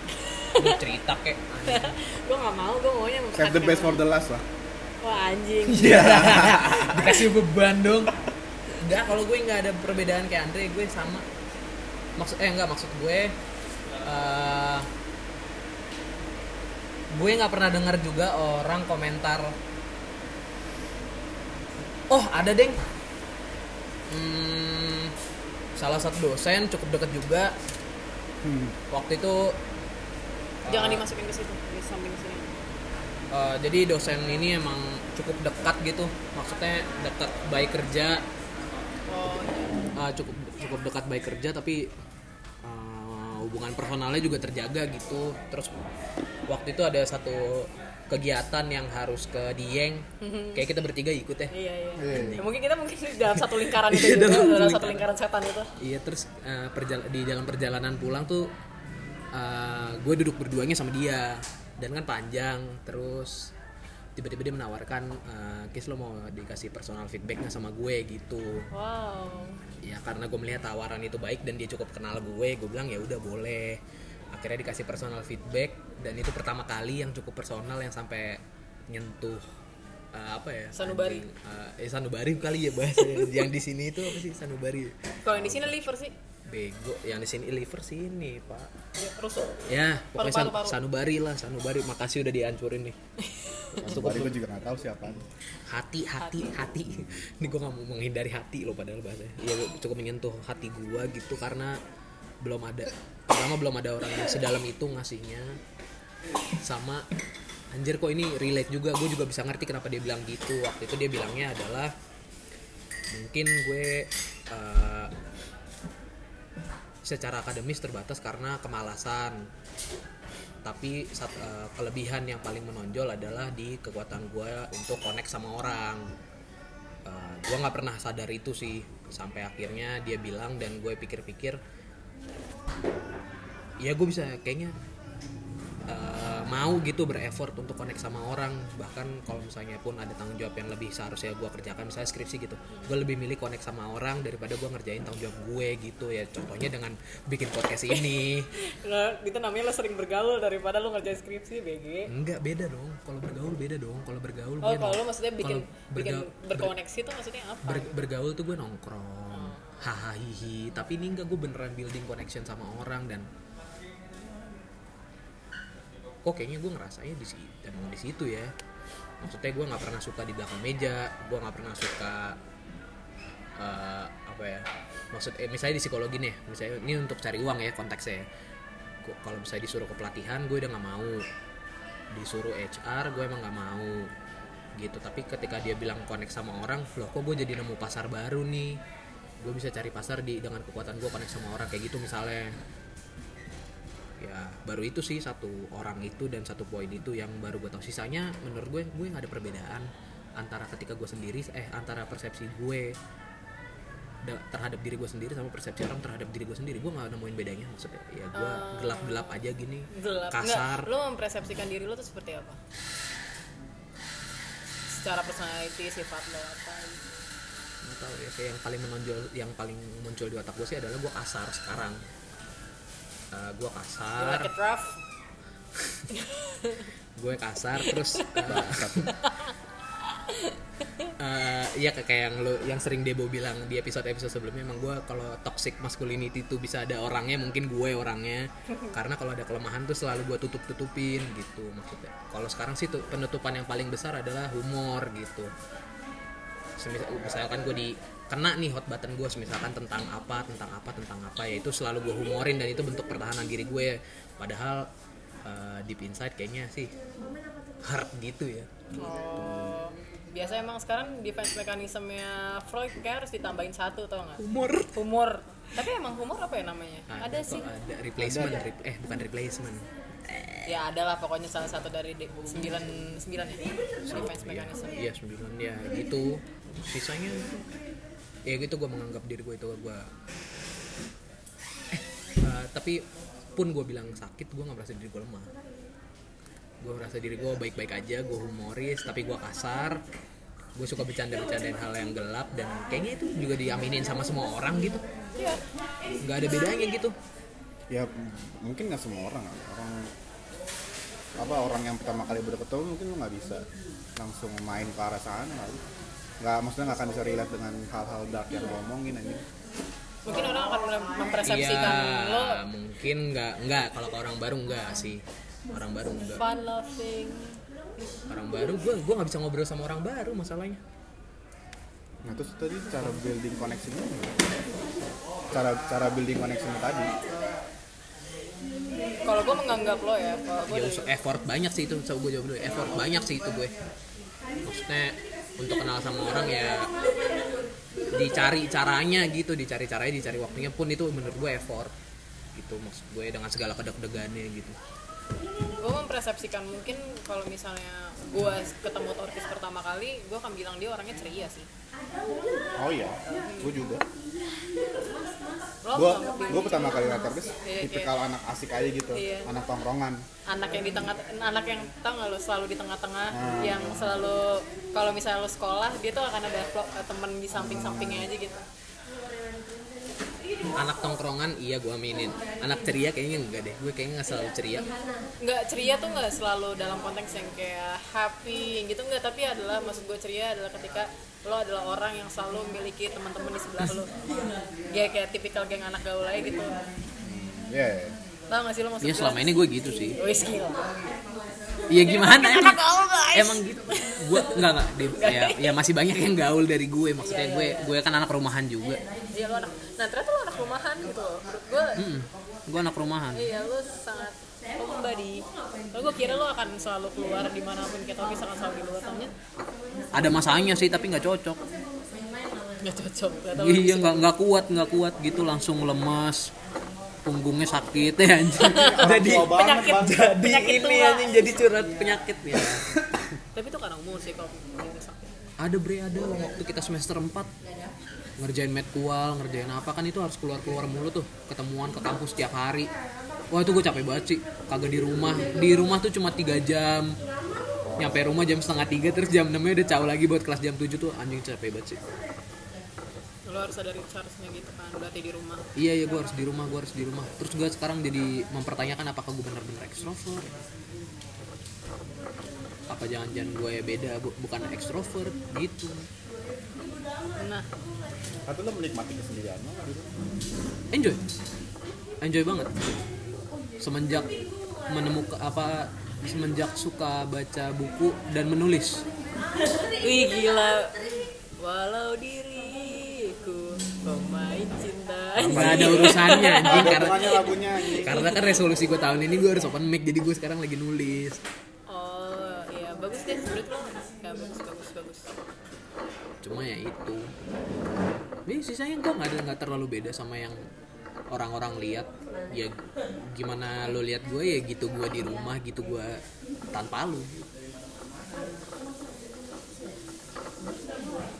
Speaker 3: Lu cerita kek.
Speaker 1: gue nggak mau, gue maunya
Speaker 2: save the best for the Iya. last lah
Speaker 1: Wah, anjing.
Speaker 3: Dikasih beban dong. Enggak, kalau gue nggak ada perbedaan kayak Andre, gue sama. Maksud eh enggak maksud gue eh gue nggak pernah dengar juga orang komentar oh ada deng hmm, salah satu dosen cukup deket juga
Speaker 1: Iya.
Speaker 2: Hmm.
Speaker 3: waktu itu
Speaker 1: Jangan dimasukin ke situ, di samping sini.
Speaker 3: Uh, jadi dosen ini emang cukup dekat gitu maksudnya dekat baik kerja
Speaker 1: Oh, iya.
Speaker 3: uh, cukup cukup dekat baik kerja tapi uh, hubungan personalnya juga terjaga gitu terus waktu itu ada satu kegiatan yang harus ke Dieng kayak kita bertiga ikut ya
Speaker 1: Iya, iya.
Speaker 2: Iya.
Speaker 1: Ya, mungkin kita mungkin di dalam satu lingkaran itu
Speaker 3: Iya,
Speaker 1: juga,
Speaker 3: dalam
Speaker 1: dalam,
Speaker 3: satu
Speaker 1: satu lingkaran setan itu.
Speaker 3: Iya terus eh, perjala- di dalam perjalanan pulang tuh eh, gue duduk berduanya sama dia dan kan panjang terus tiba-tiba dia menawarkan eh, Kis lo mau dikasih personal feedback nggak sama gue gitu
Speaker 1: Wow.
Speaker 3: ya karena gue melihat tawaran itu baik dan dia cukup kenal gue gue bilang ya udah boleh akhirnya dikasih personal feedback dan itu pertama kali yang cukup personal yang sampai nyentuh eh, apa ya
Speaker 1: Sanubari.
Speaker 3: anjing, eh eh, sanubari kali ya bahasanya yang di sini itu apa sih sanubari
Speaker 1: Kalau yang di sini liver sih,
Speaker 3: Bego, yang di sini liver sini pak.
Speaker 1: ya, rusuk.
Speaker 3: Ya, pokoknya san-
Speaker 1: Paru-paru.
Speaker 3: sanubari lah, sanubari. Makasih udah dihancurin nih.
Speaker 2: Cukup gue juga gak tahu siapa
Speaker 3: Hati, hati, hati. Ini gue nggak mau menghindari hati loh padahal bahasanya. Iya, gua cukup menyentuh hati gue gitu karena belum ada. Pertama belum ada orang yang sedalam itu ngasihnya. Sama anjir kok ini relate juga. Gue juga bisa ngerti kenapa dia bilang gitu. Waktu itu dia bilangnya adalah mungkin gue eh, secara akademis terbatas karena kemalasan tapi sat- eh, kelebihan yang paling menonjol adalah di kekuatan gue untuk connect sama orang gue nggak pernah sadar itu sih sampai akhirnya dia bilang dan gue pikir-pikir ya gue bisa kayaknya eh, mau gitu bereffort untuk connect sama orang bahkan kalau misalnya pun ada tanggung jawab yang lebih seharusnya gue kerjakan misalnya skripsi gitu gue lebih milih connect sama orang daripada gue ngerjain tanggung jawab gue gitu ya contohnya dengan bikin podcast ini
Speaker 1: Lo, itu namanya lo sering bergaul daripada lo ngerjain skripsi, BG.
Speaker 3: Enggak beda dong. Kalau bergaul beda dong. Kalau bergaul
Speaker 1: Oh,
Speaker 3: gue
Speaker 1: kalau
Speaker 3: nong-
Speaker 1: lo maksudnya bikin
Speaker 3: Gitu.
Speaker 1: bikin
Speaker 3: kalau bergaul-
Speaker 1: berkoneksi tuh maksudnya apa?
Speaker 3: ber- bergaul tuh gue nongkrong.
Speaker 1: Oh.
Speaker 3: Hahaha hihi. Tapi ini enggak gue beneran building connection sama orang dan kok kayaknya gue ngerasanya di situ emang di situ ya. Maksudnya gue nggak pernah suka di belakang meja, gue nggak pernah suka eh, apa ya? Maksud eh, misalnya di psikologi nih, misalnya ini untuk cari uang ya konteksnya. ya. Gua- Kalau misalnya disuruh ke pelatihan, gue udah nggak mau disuruh HR gue emang nggak mau gitu tapi ketika dia bilang connect sama orang loh kok gue jadi nemu pasar baru nih gue bisa cari pasar di dengan kekuatan gue connect sama orang kayak gitu misalnya ya baru itu sih satu orang itu dan satu poin itu yang baru gue tahu sisanya menurut gue gue nggak ada perbedaan antara ketika gue sendiri eh antara persepsi gue da- terhadap diri gue sendiri sama persepsi orang terhadap diri gue sendiri gue nggak nemuin bedanya maksudnya ya gue gelap-gelap aja gini
Speaker 1: Oh. Gelap.
Speaker 3: kasar
Speaker 1: Nggak, lo mempersepsikan diri lo tuh seperti apa? Secara personality, sifat lo apa? gitu.
Speaker 3: nggak tahu ya kayak yang paling menonjol yang paling muncul di otak gue sih adalah gue kasar sekarang Eh, gue
Speaker 1: You like
Speaker 3: kasar
Speaker 1: it rough?
Speaker 3: gue kasar terus eh, eh, ya kayak kayak yang lo yang sering Debo bilang di episode-episode sebelumnya emang gue kalau toxic masculinity itu bisa ada orangnya mungkin gue orangnya karena kalau ada kelemahan tuh selalu gue tutup-tutupin gitu maksudnya kalau sekarang sih tuh, penutupan yang paling besar adalah humor gitu Semisal, misalkan gue di kena nih hot button gue misalkan tentang apa tentang apa tentang apa ya itu selalu gue humorin dan itu bentuk pertahanan diri gue padahal eh, deep inside kayaknya sih hard gitu ya
Speaker 1: Oh, biasa emang sekarang defense mekanismenya Freud kayak harus ditambahin satu tau nggak?
Speaker 3: humor
Speaker 1: Humor. Tapi emang humor apa ya namanya? ada
Speaker 3: kok,
Speaker 1: sih.
Speaker 3: ada replacement rep- eh bukan replacement
Speaker 1: Ya adalah pokoknya salah satu dari de- sembilan sembilan ya defense
Speaker 3: Iya,
Speaker 1: mechanism.
Speaker 3: iya sembilan ya gitu sisanya ya gitu gue menganggap diri gue itu gue tapi pun gue bilang sakit gue nggak merasa diri gue lemah gue merasa diri gue baik-baik aja gue humoris tapi gue kasar gue suka bercanda-bercandain hal yang gelap dan kayaknya itu juga diaminin sama semua orang gitu
Speaker 1: Iya.
Speaker 3: nggak ada bedanya gitu
Speaker 2: ya m- mungkin nggak semua orang orang apa orang yang pertama kali udah ketemu mungkin lu nggak bisa langsung main ke arah sana kali nggak maksudnya nggak akan bisa relate dengan hal-hal dark yang lo omongin aja
Speaker 1: Mungkin orang akan mulai mempersepsikan
Speaker 3: Iya,
Speaker 1: lo
Speaker 3: mungkin nggak nggak kalau ke orang baru nggak sih orang baru nggak
Speaker 1: fun loving.
Speaker 3: orang baru gue gue nggak bisa ngobrol sama orang baru masalahnya
Speaker 2: nah terus tadi cara building koneksinya gimana? cara cara building koneksinya tadi
Speaker 1: Kalau gue menganggap lo ya, kalau gue
Speaker 3: ya usah effort banyak sih itu so, gue jawab dulu effort banyak sih itu gue maksudnya untuk kenal sama orang ya dicari caranya gitu dicari caranya dicari waktunya pun itu menurut gue effort gitu maksud gue dengan segala kedeg-degannya gitu
Speaker 1: gue mempersepsikan mungkin kalau misalnya gue ketemu Torkis pertama kali, gue akan bilang dia orangnya ceria sih.
Speaker 2: oh iya gue juga
Speaker 1: Lo
Speaker 2: gue
Speaker 1: menganggap dia
Speaker 2: gue pertama kali lihat terus
Speaker 1: Iya,
Speaker 2: tipikal anak asik aja gitu
Speaker 1: Iya.
Speaker 2: anak tongkrongan
Speaker 1: anak yang di tengah anak yang tau nggak lo selalu di tengah-tengah yang selalu kalau misalnya lo sekolah dia tuh akan ada flo- temen di samping-sampingnya aja gitu
Speaker 3: anak tongkrongan iya gue aminin anak ceria kayaknya enggak deh gue kayaknya nggak selalu ceria
Speaker 1: nggak ceria tuh nggak selalu dalam konteks yang kayak happy yang gitu nggak tapi adalah maksud gue ceria adalah ketika lo adalah orang yang selalu memiliki teman-teman di sebelah lo ya kayak tipikal geng anak gaul aja gitu
Speaker 2: ya
Speaker 1: tau nggak sih lo maksud
Speaker 3: ya
Speaker 1: gue?
Speaker 3: selama ini gue gitu sih
Speaker 1: Wih, gila.
Speaker 3: Iya gimana
Speaker 1: Anak
Speaker 3: emang
Speaker 1: gaul, guys.
Speaker 3: emang gitu. Gue enggak enggak Deb. ya, ya masih banyak yang gaul dari gue maksudnya gue gue kan anak rumahan juga.
Speaker 1: Iya lo anak. Nah ternyata lo anak rumahan gitu. loh. Menurut gue,
Speaker 3: Hmm, gue anak rumahan.
Speaker 1: iya lo sangat homebody. Lo gue kira lo akan selalu keluar dimanapun kita tapi akan selalu di luar tahunya
Speaker 3: Ada
Speaker 1: Hmm.
Speaker 3: masanya sih tapi nggak cocok.
Speaker 1: nggak cocok. Ternyata lo
Speaker 3: Iya nggak nggak kuat nggak kuat gitu langsung lemes punggungnya sakit ya anjing. jadi
Speaker 2: Tua banget,
Speaker 1: penyakit
Speaker 2: Bang.
Speaker 3: jadi
Speaker 1: penyakit
Speaker 3: ini
Speaker 1: tua.
Speaker 3: anjing jadi curhat penyakit ya.
Speaker 1: Tapi itu karena umur sih kalau gitu. punggung sakit.
Speaker 3: Ada bre ada loh, waktu kita semester 4 ngerjain med kual ngerjain apa kan itu harus keluar keluar mulu tuh ketemuan ke kampus tiap hari wah itu gue capek banget sih kagak di rumah di rumah tuh cuma tiga jam nyampe rumah jam setengah tiga terus jam enamnya udah cau lagi buat kelas jam 7 tuh anjing capek banget sih
Speaker 1: Lo harus ada recharge-nya gitu kan. Berarti di rumah.
Speaker 3: iya iya gue harus di rumah gue harus di rumah terus gue sekarang jadi mempertanyakan apakah gue benar-benar ekstrovert apa jangan-jangan gue beda bu- bukan ekstrovert gitu
Speaker 1: Nah
Speaker 2: tapi lo menikmati kesendirian lo gitu.
Speaker 3: enjoy enjoy banget semenjak menemukan apa semenjak suka baca buku dan menulis
Speaker 1: Wih gila Walau diriku pemain cinta
Speaker 3: nggak ada urusannya anjing
Speaker 2: ada
Speaker 3: karena
Speaker 2: hubungannya lagunya anjing.
Speaker 3: karena kan resolusi gue tahun ini gue harus open mic jadi gue sekarang lagi nulis
Speaker 1: Oh iya bagus deh menurut lo Ya bagus bagus bagus
Speaker 3: cuma ya itu ini sisanya gue nggak ada nggak terlalu beda sama yang orang-orang lihat ya gimana lo lihat gue ya gitu gue di rumah gitu gue tanpa lu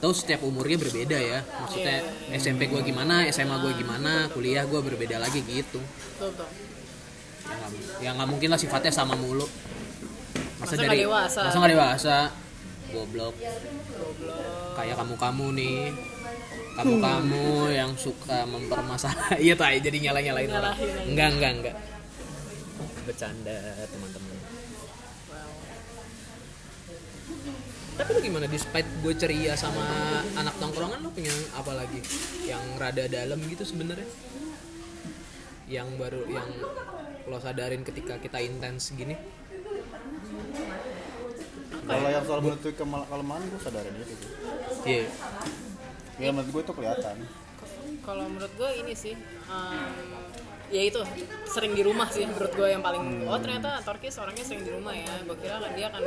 Speaker 3: Tahu setiap umurnya berbeda ya maksudnya SMP gue gimana SMA gue gimana kuliah gue berbeda lagi gitu
Speaker 1: Betul betul
Speaker 3: ya nggak- ya nggak mungkin lah sifatnya sama mulu
Speaker 1: Masa
Speaker 3: masa,
Speaker 1: nggak
Speaker 3: dari
Speaker 1: dewasa?
Speaker 3: masa nggak dewasa goblok
Speaker 1: Goblok
Speaker 3: kayak kamu-kamu nih kamu-kamu yang suka mempermasalah iya tai jadi nyala-nyalain orang
Speaker 1: Nyalahin aja.
Speaker 3: enggak enggak enggak bercanda teman-teman
Speaker 1: Wow
Speaker 3: tapi lu gimana despite gue ceria sama anak tongkrongan lu pengen apa lagi yang rada dalam gitu sebenarnya yang baru yang lo sadarin ketika kita intens gini
Speaker 4: Kalau yang soal menurut kemal- kelemahan gue sadarin itu sih.
Speaker 3: iya
Speaker 4: Ya menurut gue itu kelihatan.
Speaker 1: Kalau menurut gue ini sih, em, ya itu sering di rumah sih menurut gue yang
Speaker 3: Hmm.
Speaker 1: paling. Oh ternyata Torkis orangnya sering di rumah ya. Gue kira kan dia akan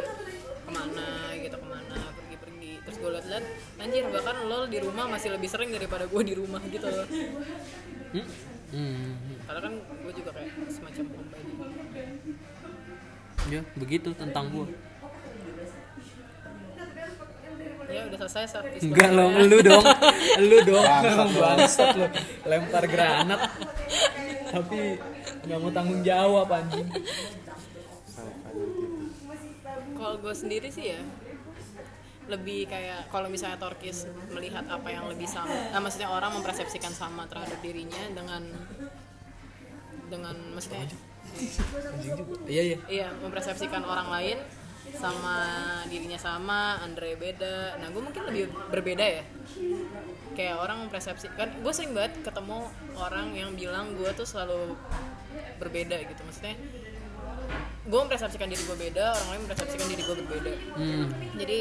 Speaker 1: kemana gitu kemana pergi-pergi. Terus gue liat-liat, anjir bahkan lo di rumah masih lebih sering daripada gue di rumah gitu.
Speaker 3: Hmm? Hmm.
Speaker 1: Karena kan gue juga kayak semacam homebody.
Speaker 3: ya begitu tentang gue
Speaker 1: Ya udah selesai Saf.
Speaker 3: enggak lo lu dong lu dong bangsat lo lempar granat tapi nggak mau tanggung jawab anjing
Speaker 1: Kalau gue sendiri sih ya lebih kayak kalau misalnya Torkis melihat apa yang lebih sama, nah, maksudnya orang mempersepsikan sama terhadap dirinya dengan dengan maksudnya
Speaker 3: iya iya
Speaker 1: iya mempersepsikan orang lain sama dirinya sama, Andre beda. Nah gue mungkin lebih berbeda ya. Kayak orang mempersepsikan, gue sering banget ketemu orang yang bilang gue tuh selalu berbeda gitu. Maksudnya gue mempersepsikan diri gue beda, orang lain mempersepsikan diri gue berbeda
Speaker 3: hmm.
Speaker 1: jadi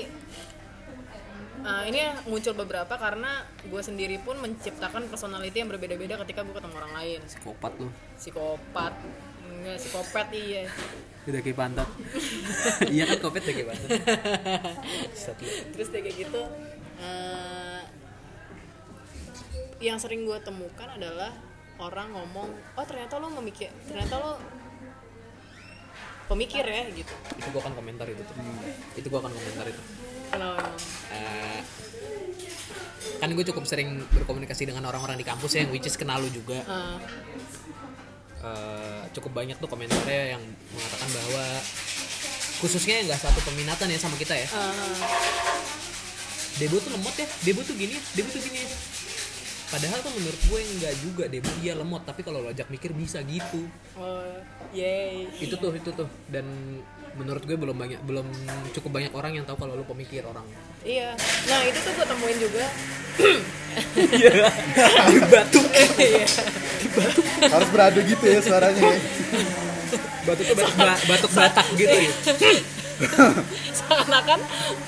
Speaker 1: eh, ini muncul beberapa karena gue sendiri pun menciptakan personality yang berbeda-beda ketika gue ketemu orang lain
Speaker 3: kopat lo
Speaker 1: psikopat enggak psikopat iya
Speaker 3: udah kayak pantat iya kan kopet udah kayak pantat Bangsat lu.
Speaker 1: terus kayak gitu eh, yang sering gue temukan adalah orang ngomong oh ternyata lo memikir ternyata lo pemikir ya gitu
Speaker 3: itu gua akan komentar itu tuh itu gua akan komentar itu
Speaker 1: kalau emang
Speaker 3: Eh, kan gue cukup sering berkomunikasi dengan orang-orang di kampus ya yang which is kenal lu juga
Speaker 1: eh,
Speaker 3: eh, cukup banyak tuh komentarnya yang mengatakan bahwa khususnya yang nggak satu peminatan ya sama kita ya
Speaker 1: eh,
Speaker 3: Debo tuh lemot ya Debo tuh gini ya Debo tuh gini ya padahal tuh menurut gue nggak juga Debo iya lemot tapi kalau lo ajak mikir bisa gitu
Speaker 1: oh, yay
Speaker 3: itu tuh itu tuh dan menurut gue belum banyak belum cukup banyak orang yang tahu kalau lo pemikir orang
Speaker 1: Iya. Nah itu tuh gue temuin juga.
Speaker 3: batu
Speaker 1: Iya.
Speaker 4: Harus beradu gitu ya suaranya. ya.
Speaker 3: batu tuh batuk, ba- batuk batak gitu ya
Speaker 1: Seakan-akan kan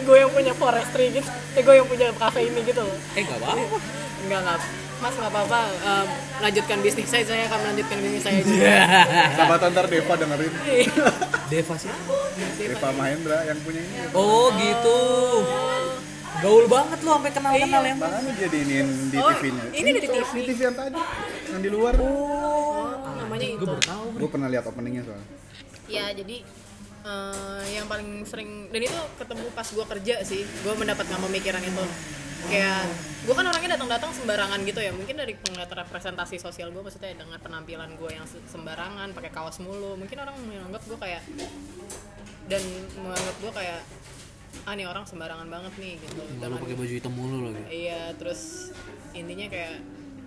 Speaker 1: gue yang punya forestry gitu. Eh gue yang punya cafe ini gitu loh.
Speaker 3: eh nggak apa
Speaker 1: Enggak enggak. Mas nggak apa-apa. Em, lanjutkan bisnis saya. Saya akan melanjutkan bisnis saya. juga.
Speaker 4: Sahabat antar Deva dengerin.
Speaker 3: Deva sih
Speaker 4: Deva Mahendra yang punya ini.
Speaker 3: oh gitu gaul banget lo sampai kenal kenal yang
Speaker 4: Makanya dia diinin di
Speaker 1: Oh,
Speaker 4: TV-nya.
Speaker 1: ini dari TV.
Speaker 4: Di TV yang tadi, yang di luar.
Speaker 1: Oh, namanya
Speaker 3: gue
Speaker 1: itu.
Speaker 3: baru tahu
Speaker 4: Gue pernah lihat openingnya soalnya.
Speaker 1: Ya jadi eh, yang paling sering dan itu ketemu pas gue kerja sih. Gue mendapatkan pemikiran itu. Kayak gue kan orangnya datang-datang sembarangan gitu ya. Mungkin dari penglihat representasi sosial gue maksudnya dengan penampilan gue yang se- sembarangan, pakai kaos mulu. Mungkin orang menganggap gue kayak dan menganggap gue kayak ah nih orang sembarangan banget nih gitu.
Speaker 3: Enggak lo
Speaker 1: Dengan-
Speaker 3: pakai baju hitam mulu lagi
Speaker 1: Iya, terus intinya kayak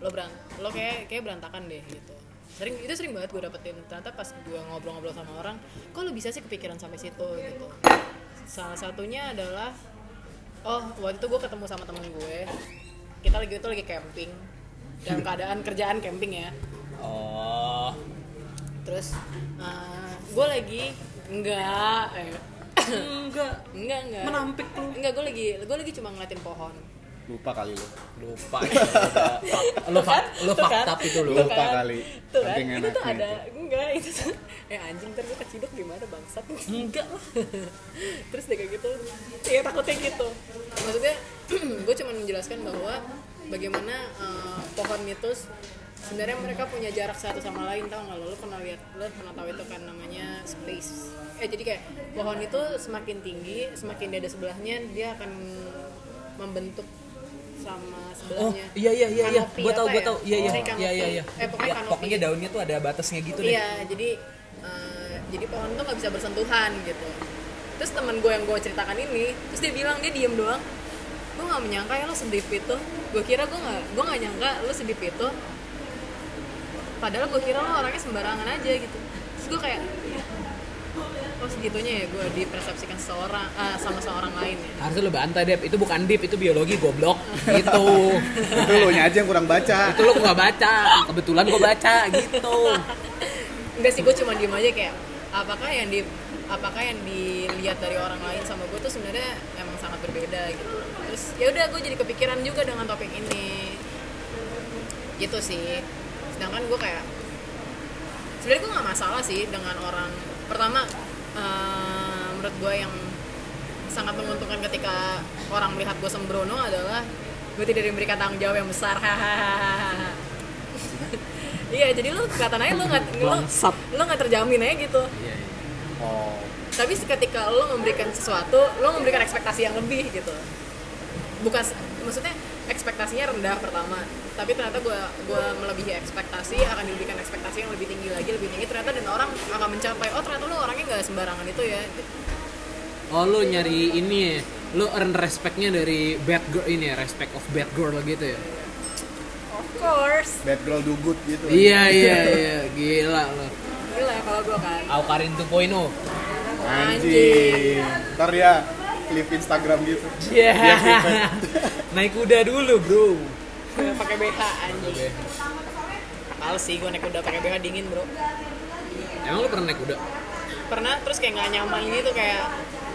Speaker 1: lo berant lo kayak kayak berantakan deh gitu. Sering itu sering banget gue dapetin. Ternyata pas gue ngobrol-ngobrol sama orang, kok lo bisa sih kepikiran sampai situ gitu. Salah satunya adalah oh, waktu itu gue ketemu sama temen gue. Kita lagi itu lagi camping. Dalam keadaan kerjaan camping ya.
Speaker 3: oh
Speaker 1: Terus eh, gue lagi enggak eh, enggak enggak enggak menampik tuh enggak gue lagi gue lagi cuma ngeliatin pohon
Speaker 4: Lupa kali lu.
Speaker 3: lupa ya, udah. lo
Speaker 1: Tuh kan?
Speaker 3: fak lo
Speaker 1: Tuh kan?
Speaker 3: fakta itu lo
Speaker 4: Lupa
Speaker 1: Tuh kan?
Speaker 4: kali.
Speaker 1: Tuh kan?
Speaker 4: Saking
Speaker 1: Itu tuh
Speaker 4: enaknya
Speaker 1: ada enggak itu tuh. Eh anjing ntar gue keciduk gimana bangsat. Enggak lah. Terus dia kayak gitu. Ya takutnya gitu. Maksudnya gue cuma menjelaskan bahwa bagaimana eh, pohon mitos sebenarnya mereka punya jarak satu sama lain tau nggak lo lo pernah lihat lo pernah tahu itu kan namanya space eh jadi kayak pohon itu semakin tinggi semakin dia ada sebelahnya dia akan membentuk sama
Speaker 3: Oh
Speaker 1: sebelahnya
Speaker 3: iya iya iya iya,
Speaker 1: Kanopi
Speaker 3: gue tau
Speaker 1: apa
Speaker 3: gue
Speaker 1: ya?
Speaker 3: tau, iya iya
Speaker 1: Pokoknya
Speaker 3: iya iya
Speaker 1: kanopi.
Speaker 3: iya.
Speaker 1: eh pokoknya
Speaker 3: Iya,
Speaker 1: kanopi.
Speaker 3: Pokoknya daunnya tuh ada batasnya gitu deh.
Speaker 1: Iya, jadi eh, jadi pohon tuh nggak bisa bersentuhan gitu. Terus teman gue yang gue ceritakan ini, terus dia bilang dia diem doang. Gue nggak menyangka ya lo sedip itu. Gue kira gue nggak, gue nggak nyangka lo sedip itu. Padahal gue kira lo orangnya sembarangan aja gitu. Terus gue kayak, "Iya." oh segitunya ya gue dipersepsikan seorang ah, sama seorang lain ya
Speaker 3: harusnya lu bantai Dep itu bukan deep itu biologi goblok gitu
Speaker 2: itu lo nya aja yang kurang baca
Speaker 3: itu lu nggak baca kebetulan gua baca gitu
Speaker 1: enggak sih gue cuma diem aja kayak apakah yang di apakah yang dilihat dari orang lain sama gue tuh sebenarnya emang sangat berbeda gitu terus ya udah gue jadi kepikiran juga dengan topik ini gitu sih sedangkan gue kayak sebenarnya gue nggak masalah sih dengan orang pertama eh, menurut gue yang sangat menguntungkan ketika orang melihat gue sembrono adalah gue tidak diberikan tanggung jawab yang besar hahaha iya jadi lu kelihatan aja lu nggak lu,
Speaker 3: Bangsat.
Speaker 1: lu nggak terjamin aja gitu
Speaker 3: Iya, iya.
Speaker 4: Oh,
Speaker 1: tapi ketika lo memberikan sesuatu lo memberikan ekspektasi yang lebih gitu bukan maksudnya ekspektasinya rendah pertama tapi ternyata gue gua melebihi ekspektasi akan diberikan ekspektasi yang lebih tinggi lagi lebih tinggi ternyata dan orang akan mencapai oh ternyata lo orangnya nggak sembarangan itu ya
Speaker 3: oh lu nyari ini ya lu earn respectnya dari bad girl ini ya respect of bad girl gitu ya
Speaker 1: of course
Speaker 4: bad girl do good gitu.
Speaker 3: iya iya iya gila lu
Speaker 1: gila ya kalau gue kan
Speaker 3: Aukarin 2.0
Speaker 4: Anjing. Ntar dia live Instagram gitu.
Speaker 3: Iya. Naik kuda dulu, Bro.
Speaker 1: Gua pakai BH anjing males sih gue naik kuda pakai BH dingin bro
Speaker 3: Emang lu pernah naik kuda?
Speaker 1: pernah terus kayak nggak nyaman gitu kayak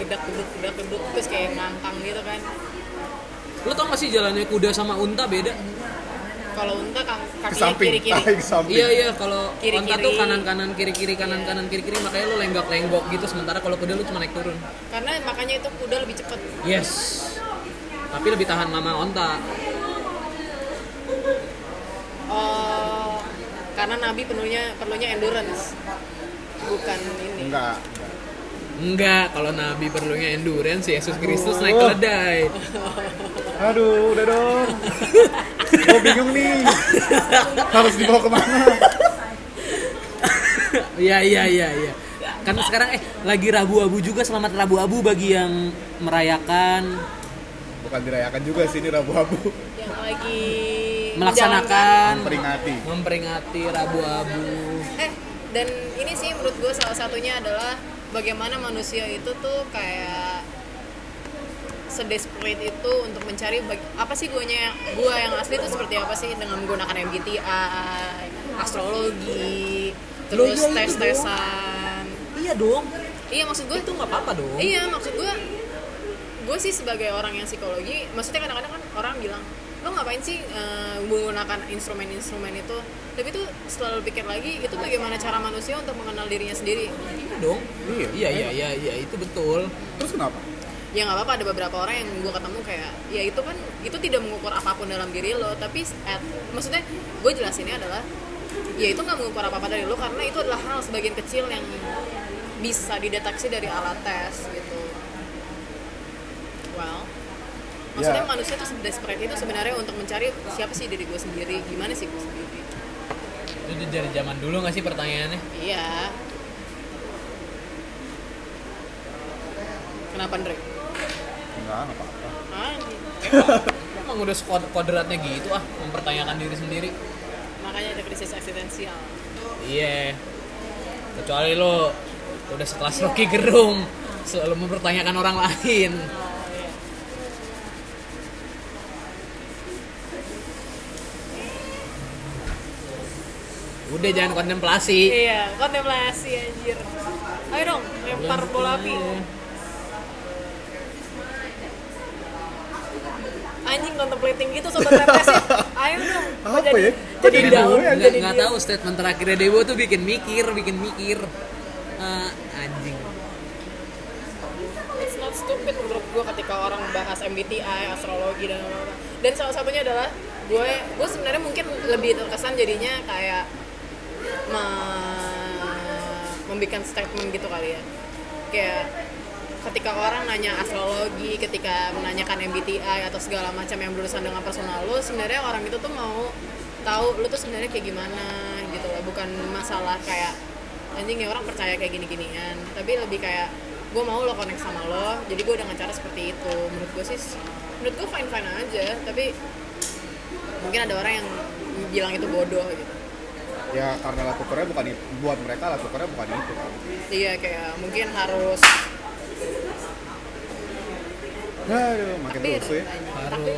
Speaker 1: gedak geduk gedak geduk terus kayak ngangkang gitu kan
Speaker 3: Lu tau gak sih jalannya kuda sama unta beda?
Speaker 1: kalau unta kang
Speaker 4: Ke
Speaker 1: kakinya
Speaker 4: samping,
Speaker 1: kiri kiri
Speaker 4: tarik ke samping.
Speaker 3: Iya iya kalau
Speaker 1: Kiri-kiri.
Speaker 3: unta tuh kanan kanan kiri kiri kanan kanan kiri kiri makanya lu lenggok lenggok gitu sementara kalau kuda lu cuma naik turun.
Speaker 1: karena makanya itu kuda lebih cepet eh,
Speaker 3: Yes. Tapi lebih tahan lama onta.
Speaker 1: oh karena nabi penuhnya perlunya endurance bukan ini
Speaker 4: Enggak. enggak.
Speaker 3: Enggak, kalau Nabi perlunya endurance, Yesus Kristus naik keledai.
Speaker 4: Aduh, udah dong. Gue bingung nih. Harus dibawa kemana?
Speaker 3: Iya iya iya iya. Kan sekarang eh lagi Rabu Abu juga selamat Rabu Abu bagi yang merayakan
Speaker 4: Bukan dirayakan juga sih ini rabu-rabu.
Speaker 1: yang lagi
Speaker 3: Iya,
Speaker 1: menjalankan.
Speaker 3: melaksanakan
Speaker 4: Memperingati.
Speaker 3: memperingati Rabu Abu.
Speaker 1: eh dan ini sih menurut gue salah satunya adalah bagaimana manusia itu tuh kayak sedesperate itu untuk mencari bag- apa sih guanya gua yang asli itu seperti apa sih dengan menggunakan MBTI, astrologi,
Speaker 3: Loh,
Speaker 1: terus
Speaker 3: iya, itu
Speaker 1: tes-tesan.
Speaker 3: Iya dong.
Speaker 1: Iya maksud gue
Speaker 3: Itu nggak apa-apa dong.
Speaker 1: Iya maksud gue Gue sih sebagai orang yang psikologi Maksudnya kadang-kadang kan orang bilang Lo ngapain sih eh, menggunakan instrumen-instrumen itu Tapi tuh selalu pikir lagi Itu bagaimana cara manusia untuk mengenal dirinya sendiri
Speaker 3: Iya dong.
Speaker 4: Iya.
Speaker 3: Iya iya iya iya itu betul.
Speaker 4: Terus kenapa?
Speaker 1: Ya nggak apa-apa ada beberapa orang yang gue ketemu kayak Ya itu kan itu tidak mengukur apapun dalam diri lo Tapi at, maksudnya gue jelasinnya adalah Ya itu nggak mengukur apa-apa dari lo Karena itu adalah hal sebagian kecil yang bisa dideteksi dari alat tes gitu Well maksudnya
Speaker 4: Ya.
Speaker 1: manusia tuh desperate itu sebenarnya untuk mencari siapa sih diri gue sendiri gimana sih gue sendiri
Speaker 3: Itu dari zaman dulu nggak sih pertanyaannya?
Speaker 1: iya kenapa Andre
Speaker 4: Enggak, enggak apa-apa.
Speaker 1: Ah, ini.
Speaker 3: Emang udah squad- kodratnya gitu ah mempertanyakan diri sendiri.
Speaker 1: makanya ada krisis eksistensial
Speaker 3: Iya. Kecuali lo udah sekelas Rocky Gerung selalu mempertanyakan orang lain. Udah jangan kontemplasi.
Speaker 1: iya kontemplasi anjir ayo dong lempar bola api anjing contemplating gitu sobat represif ayo dong
Speaker 4: Apa
Speaker 1: jadi,
Speaker 4: ya? Kok
Speaker 1: jadi
Speaker 4: jadi
Speaker 1: down
Speaker 4: gue yang
Speaker 3: Nggak,
Speaker 1: jadi
Speaker 3: nggak
Speaker 1: diem.
Speaker 3: tahu statement terakhirnya Dewo tuh bikin mikir, bikin mikir. Eh, anjing.
Speaker 1: it's not stupid menurut gue ketika orang bahas MBTI, astrologi dan apa-apa. Dan salah satunya adalah gue gue sebenarnya mungkin lebih terkesan jadinya kayak me- membikin statement gitu kali ya. Kayak ketika orang nanya astrologi, ketika menanyakan MBTI atau segala macam yang berurusan dengan personal lo, sebenarnya orang itu tuh mau tahu lu tuh sebenarnya kayak gimana gitu loh. Bukan masalah kayak anjing ya orang percaya kayak gini-ginian, tapi lebih kayak gue mau lo connect sama lo, jadi gue dengan cara seperti itu. Menurut gue sih, menurut gue fine fine aja, tapi mungkin ada orang yang bilang itu bodoh gitu.
Speaker 2: ya karena laku Korea bukan itu buat mereka laku Korea bukan itu kan
Speaker 1: iya kayak mungkin harus
Speaker 2: aduh makin
Speaker 1: tapi
Speaker 2: rusuh ya
Speaker 1: tapi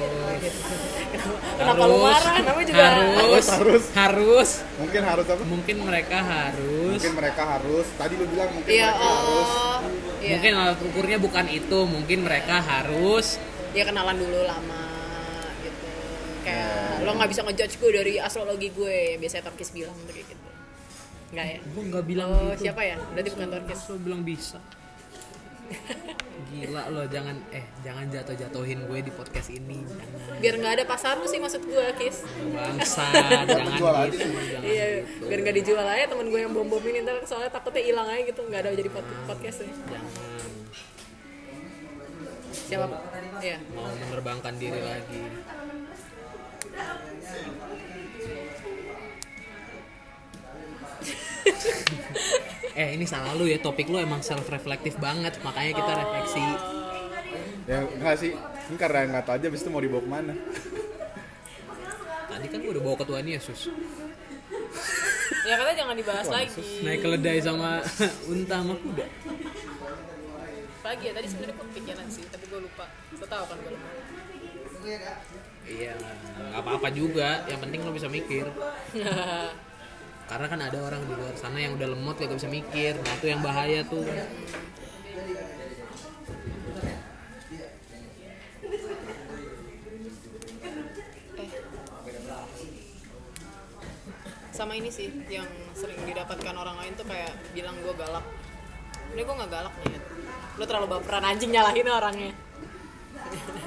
Speaker 1: kenapa lu
Speaker 3: Harus,
Speaker 1: marah kenapa juga
Speaker 3: harus, harus,
Speaker 2: Harus.
Speaker 3: harus,
Speaker 2: mungkin harus apa
Speaker 3: mungkin mereka harus,
Speaker 2: mungkin mereka harus tadi lu bilang mungkin
Speaker 1: iya
Speaker 2: mereka harus
Speaker 1: oh iya
Speaker 3: mungkin alat ukurnya bukan itu, mungkin mereka harus,
Speaker 1: ya kenalan dulu lama gitu kayak lo nggak bisa ngejudge gue dari astrologi gue yang biasanya Torkis bilang tuh kayak gitu nggak ya
Speaker 3: gue nggak bilang
Speaker 1: oh
Speaker 3: gitu.
Speaker 1: siapa ya berarti bukan Torkis
Speaker 3: Lo bilang bisa. Gila lo jangan eh jangan jatuh-jatuhin gue di podcast ini. Jangan.
Speaker 1: biar nggak ada pasar lu sih maksud gue Kis
Speaker 3: Bangsa,
Speaker 2: Jual
Speaker 3: jangan
Speaker 2: aja
Speaker 3: gitu. Jangan
Speaker 1: iya
Speaker 3: gitu.
Speaker 1: biar nggak dijual aja temen gue yang bom bom ini ntar soalnya takutnya hilang aja gitu nggak ada jadi pod- podcastnya
Speaker 3: Jangan
Speaker 1: siapa iya
Speaker 3: mau menerbangkan diri lagi. eh ini salah lu ya topik lu emang self reflektif banget makanya
Speaker 1: Oh.
Speaker 3: kita refleksi
Speaker 2: ya enggak sih ini karena nggak tahu aja abis itu mau dibawa kemana
Speaker 3: tadi kan gue udah bawa ketuaan Yesus
Speaker 1: ya karena jangan dibahas lagi
Speaker 3: naik keledai sama unta sama kuda
Speaker 1: pagi ya tadi sebenarnya gue kepikiran sih tapi gue lupa lo tau kan gue lupa
Speaker 3: iya nggak apa-apa juga yang penting lo bisa mikir karena kan ada orang di luar sana yang udah lemot gak bisa mikir nah itu yang bahaya tuh
Speaker 1: sama ini sih yang sering didapatkan orang lain tuh kayak bilang gue galak ini gue nggak galak nih lo terlalu baperan anjing nyalahin orangnya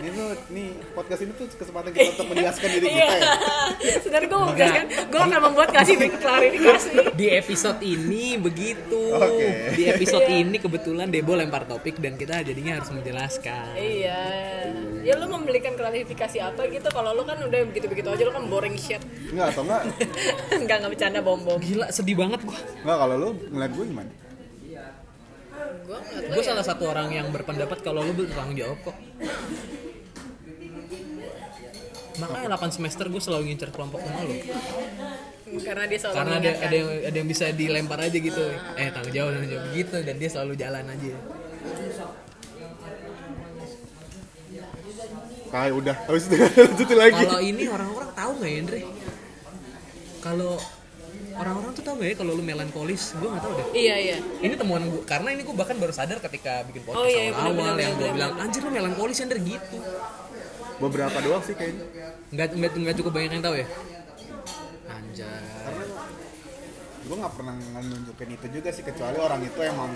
Speaker 2: ini tuh nih podcast ini tuh kesempatan kita untuk menjelaskan diri kita ya
Speaker 1: Iya. sebenarnya gue mau jelaskan gue akan membuat kasih klarifikasi
Speaker 3: di episode ini begitu
Speaker 2: Oke.
Speaker 3: di episode ini kebetulan Debo lempar topik dan kita jadinya harus menjelaskan
Speaker 1: iya ya lo membelikan klarifikasi apa gitu kalau lo kan udah begitu begitu aja lo kan boring shit
Speaker 2: enggak atau enggak
Speaker 1: nggak nggak bercanda bom bom
Speaker 3: gila sedih banget gua
Speaker 2: enggak kalau lu ngeliat gue gimana
Speaker 1: gue
Speaker 3: gue salah satu orang yang berpendapat kalau lu bertanggung jawab kok makanya 8 semester gue selalu ngincer kelompok sama lu
Speaker 1: karena dia selalu
Speaker 3: karena ada
Speaker 1: mengingatkan.
Speaker 3: ada yang ada yang bisa dilempar aja gitu
Speaker 1: Ah.
Speaker 3: eh tanggung jawab tanggung jawab gitu dan dia selalu jalan aja
Speaker 2: kayak udah habis itu lanjutin lagi
Speaker 3: kalau ini orang-orang tahu nggak ya Andre kalau orang-orang tuh tahu nggak ya kalau lu melankolis gue nggak tahu deh
Speaker 1: iya iya
Speaker 3: ini temuan gue karena ini gue bahkan baru sadar ketika bikin podcast
Speaker 1: Oh, iya, iya,
Speaker 3: awal,
Speaker 1: benar-benar,
Speaker 3: yang gue
Speaker 1: benar-benar.
Speaker 3: bilang anjir lu melankolis ya, Andre gitu
Speaker 2: beberapa doang sih kayaknya
Speaker 3: nggak nggak nggak cukup banyak yang tahu ya anjay
Speaker 2: gue nggak pernah nunjukin itu juga sih kecuali orang itu emang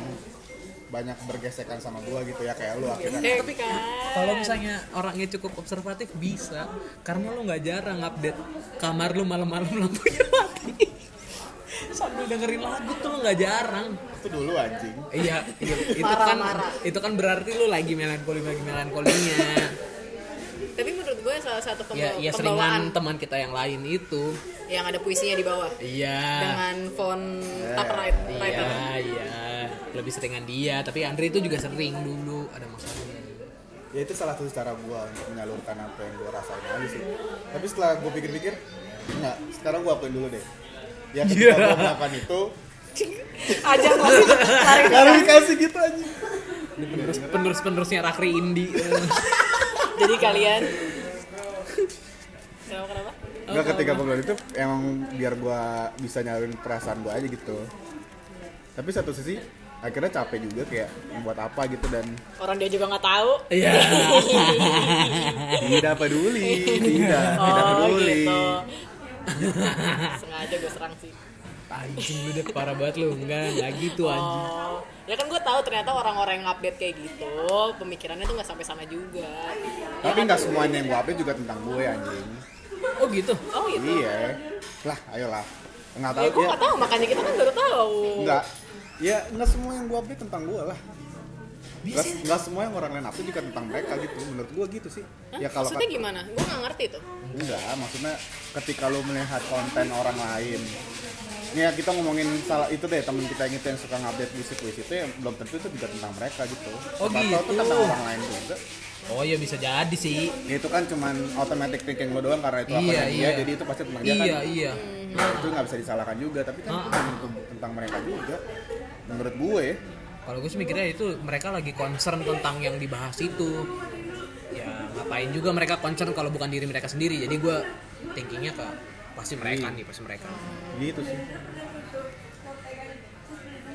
Speaker 2: banyak bergesekan sama gue gitu ya kayak lu akhirnya
Speaker 1: tapi kan
Speaker 3: Kalau misalnya orangnya cukup observatif bisa, karena lu nggak jarang update kamar lu malam-malam lampunya mati. Sambil dengerin lagu tuh lu nggak jarang.
Speaker 2: itu dulu anjing
Speaker 3: Iya, iya, itu
Speaker 1: Marah,
Speaker 3: kan
Speaker 1: marah.
Speaker 3: itu kan berarti lu lagi melankoli lagi Iya, melankolinya.
Speaker 1: tapi menurut gue salah satu
Speaker 3: ya,
Speaker 2: Iya,
Speaker 1: pembawa-
Speaker 3: ya
Speaker 1: pembawaan
Speaker 3: seringan teman kita yang lain itu.
Speaker 1: yang ada puisinya di bawah
Speaker 2: Nah.
Speaker 3: Iya.
Speaker 1: dengan font top right
Speaker 3: Iya,
Speaker 1: writer.
Speaker 3: iya. Lebih seringan dia, tapi Andre itu juga sering dulu ada masalah.
Speaker 2: ya itu salah satu cara gue untuk menyalurkan apa yang gue rasain aja sih tapi setelah gue pikir-pikir enggak sekarang gue akuin dulu deh ya ketika gue melakukan itu
Speaker 1: Ajak masih tarik
Speaker 2: klarifikasi gitu anjing
Speaker 3: Ini penerus penerus penerusnya Rakri Indi.
Speaker 1: Jadi kalian Kenapa kenapa?
Speaker 2: Enggak ketika gue bilang itu emang biar gue bisa nyalurin perasaan gue aja gitu tapi satu sisi akhirnya capek juga kayak buat apa gitu dan
Speaker 1: Orang dia juga nggak tahu.
Speaker 3: Iya.
Speaker 2: tidak peduli tidak tidak
Speaker 1: Oh
Speaker 2: peduli
Speaker 1: gitu. Sengaja gue serang sih.
Speaker 3: Anjing lu deh parah banget lu enggak enggak gitu anjing.
Speaker 1: Oh, ya kan gue tahu ternyata orang-orang yang update kayak gitu pemikirannya tuh nggak sampai sama juga.
Speaker 2: tapi nggak semuanya yang gue update juga tentang gue anjing
Speaker 3: Oh gitu.
Speaker 1: Oh gitu.
Speaker 2: iya lah ayolah nggak tahu
Speaker 1: Ya gue
Speaker 2: ya
Speaker 1: nggak tahu makanya kita kan baru tahu.
Speaker 2: nggak ya nggak semua yang gue update tentang gue lah nggak, nggak semua yang orang lain update juga tentang mereka gitu menurut gue gitu sih
Speaker 1: Hah?
Speaker 2: ya kalau
Speaker 1: Maksudnya gimana? Gue nggak ngerti tuh.
Speaker 2: Enggak, maksudnya ketika lo melihat konten orang lain
Speaker 4: ya kita ngomongin salah itu deh temen kita yang itu yang suka ngupdate di puisi itu ya belum tentu itu juga tentang mereka gitu
Speaker 3: Oh,
Speaker 4: Siapa tahu itu
Speaker 3: gitu.
Speaker 4: tentang orang lain juga
Speaker 3: Oh iya bisa jadi sih.
Speaker 4: ya, itu kan cuman automatic thinking lo doang karena itu apa
Speaker 3: Iya,
Speaker 4: yang
Speaker 3: iya.
Speaker 4: dia jadi itu pasti tentang dia
Speaker 3: Iya
Speaker 4: kan
Speaker 3: iya.
Speaker 4: Nah, itu nggak bisa disalahkan juga tapi kan itu bukan tentang mereka juga menurut gue
Speaker 3: Kalau gue sih mikirnya itu mereka lagi concern tentang yang dibahas itu. Ya ngapain juga mereka concern kalau bukan diri mereka sendiri. Jadi gue thinkingnya ke pasti mereka nih pasti mereka.
Speaker 4: gitu sih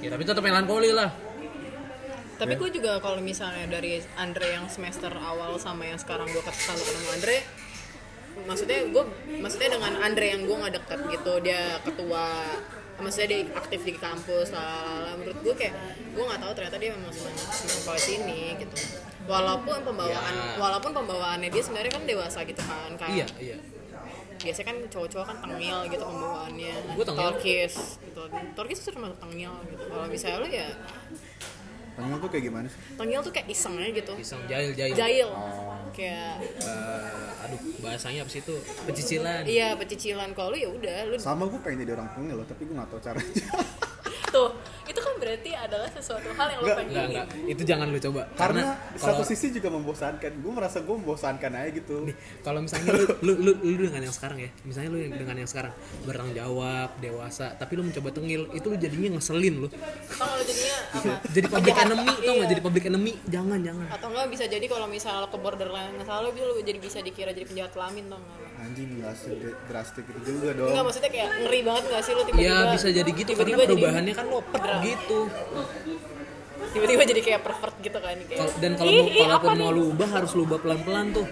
Speaker 3: Ya tapi tetap melankoli lah. Ya.
Speaker 1: Tapi gue juga kalau misalnya dari Andre yang semester awal sama yang sekarang gue selalu ketemu Andre, maksudnya gue, maksudnya dengan Andre yang gue nggak deket gitu, dia ketua, maksudnya dia aktif di kampus, lah menurut gue kayak gue nggak tahu ternyata dia memang senang senang kalau sini gitu. Walaupun pembawaan,
Speaker 3: Ya.
Speaker 1: walaupun pembawaannya dia sebenarnya kan dewasa gitu kan, kayak
Speaker 3: Iya iya.
Speaker 1: biasanya kan cowok-cowok kan tengil gitu pembawaannya
Speaker 3: Gua tengil.
Speaker 1: Torkis gitu Torkis tuh termasuk tengil gitu kalau misalnya lo ya
Speaker 2: Tanya tuh kayak gimana sih?
Speaker 1: tengil tuh kayak iseng aja gitu
Speaker 3: Pisang jahil jahil.
Speaker 1: jahil
Speaker 3: Oh.
Speaker 1: kayak
Speaker 3: Eh, aduh bahasanya apa sih itu pecicilan.
Speaker 1: iya pecicilan kalau lu ya udah lu
Speaker 2: Sama gue pengen jadi orang tunggal loh, tapi gue gak tau caranya.
Speaker 1: tuh itu kan berarti adalah sesuatu hal yang lu
Speaker 2: Nggak,
Speaker 1: pengen
Speaker 3: Enggak enggak. Itu jangan lu coba.
Speaker 2: Karena,
Speaker 3: kalau
Speaker 2: satu sisi juga membosankan. Gue merasa gue membosankan aja gitu.
Speaker 3: Nih, kalau misalnya lu, lu, lu, lu dengan yang sekarang ya misalnya lu yang- dengan yang sekarang bertanggung jawab dewasa tapi lu mencoba tengil itu lu jadinya ngeselin lu
Speaker 1: Tau lu jadinya apa
Speaker 3: jadi public
Speaker 1: Penjahat.
Speaker 3: enemy tau
Speaker 1: Iya.
Speaker 3: nggak jadi public enemy jangan jangan Ya,
Speaker 1: atau enggak bisa jadi kalau misalnya lu ke borderline masalah lu lu jadi bisa dikira jadi penjahat kelamin tau
Speaker 3: Oh.
Speaker 1: nggak
Speaker 2: Anjing gak drastik itu juga dong.
Speaker 1: Enggak maksudnya kayak ngeri banget gak sih lu tiba-tiba
Speaker 3: ya bisa jadi gitu karena
Speaker 1: tiba-tiba jadi- Iya.
Speaker 3: perubahannya kan lopet
Speaker 1: Drama.
Speaker 3: gitu
Speaker 1: tiba-tiba jadi kayak pervert gitu kan kayak
Speaker 3: Kal- dan kalau
Speaker 1: "Ih,
Speaker 3: mau
Speaker 1: ih,
Speaker 3: kalaupun
Speaker 1: apa
Speaker 3: mau
Speaker 1: nih?"
Speaker 3: lu ubah harus lu ubah pelan pelan tuh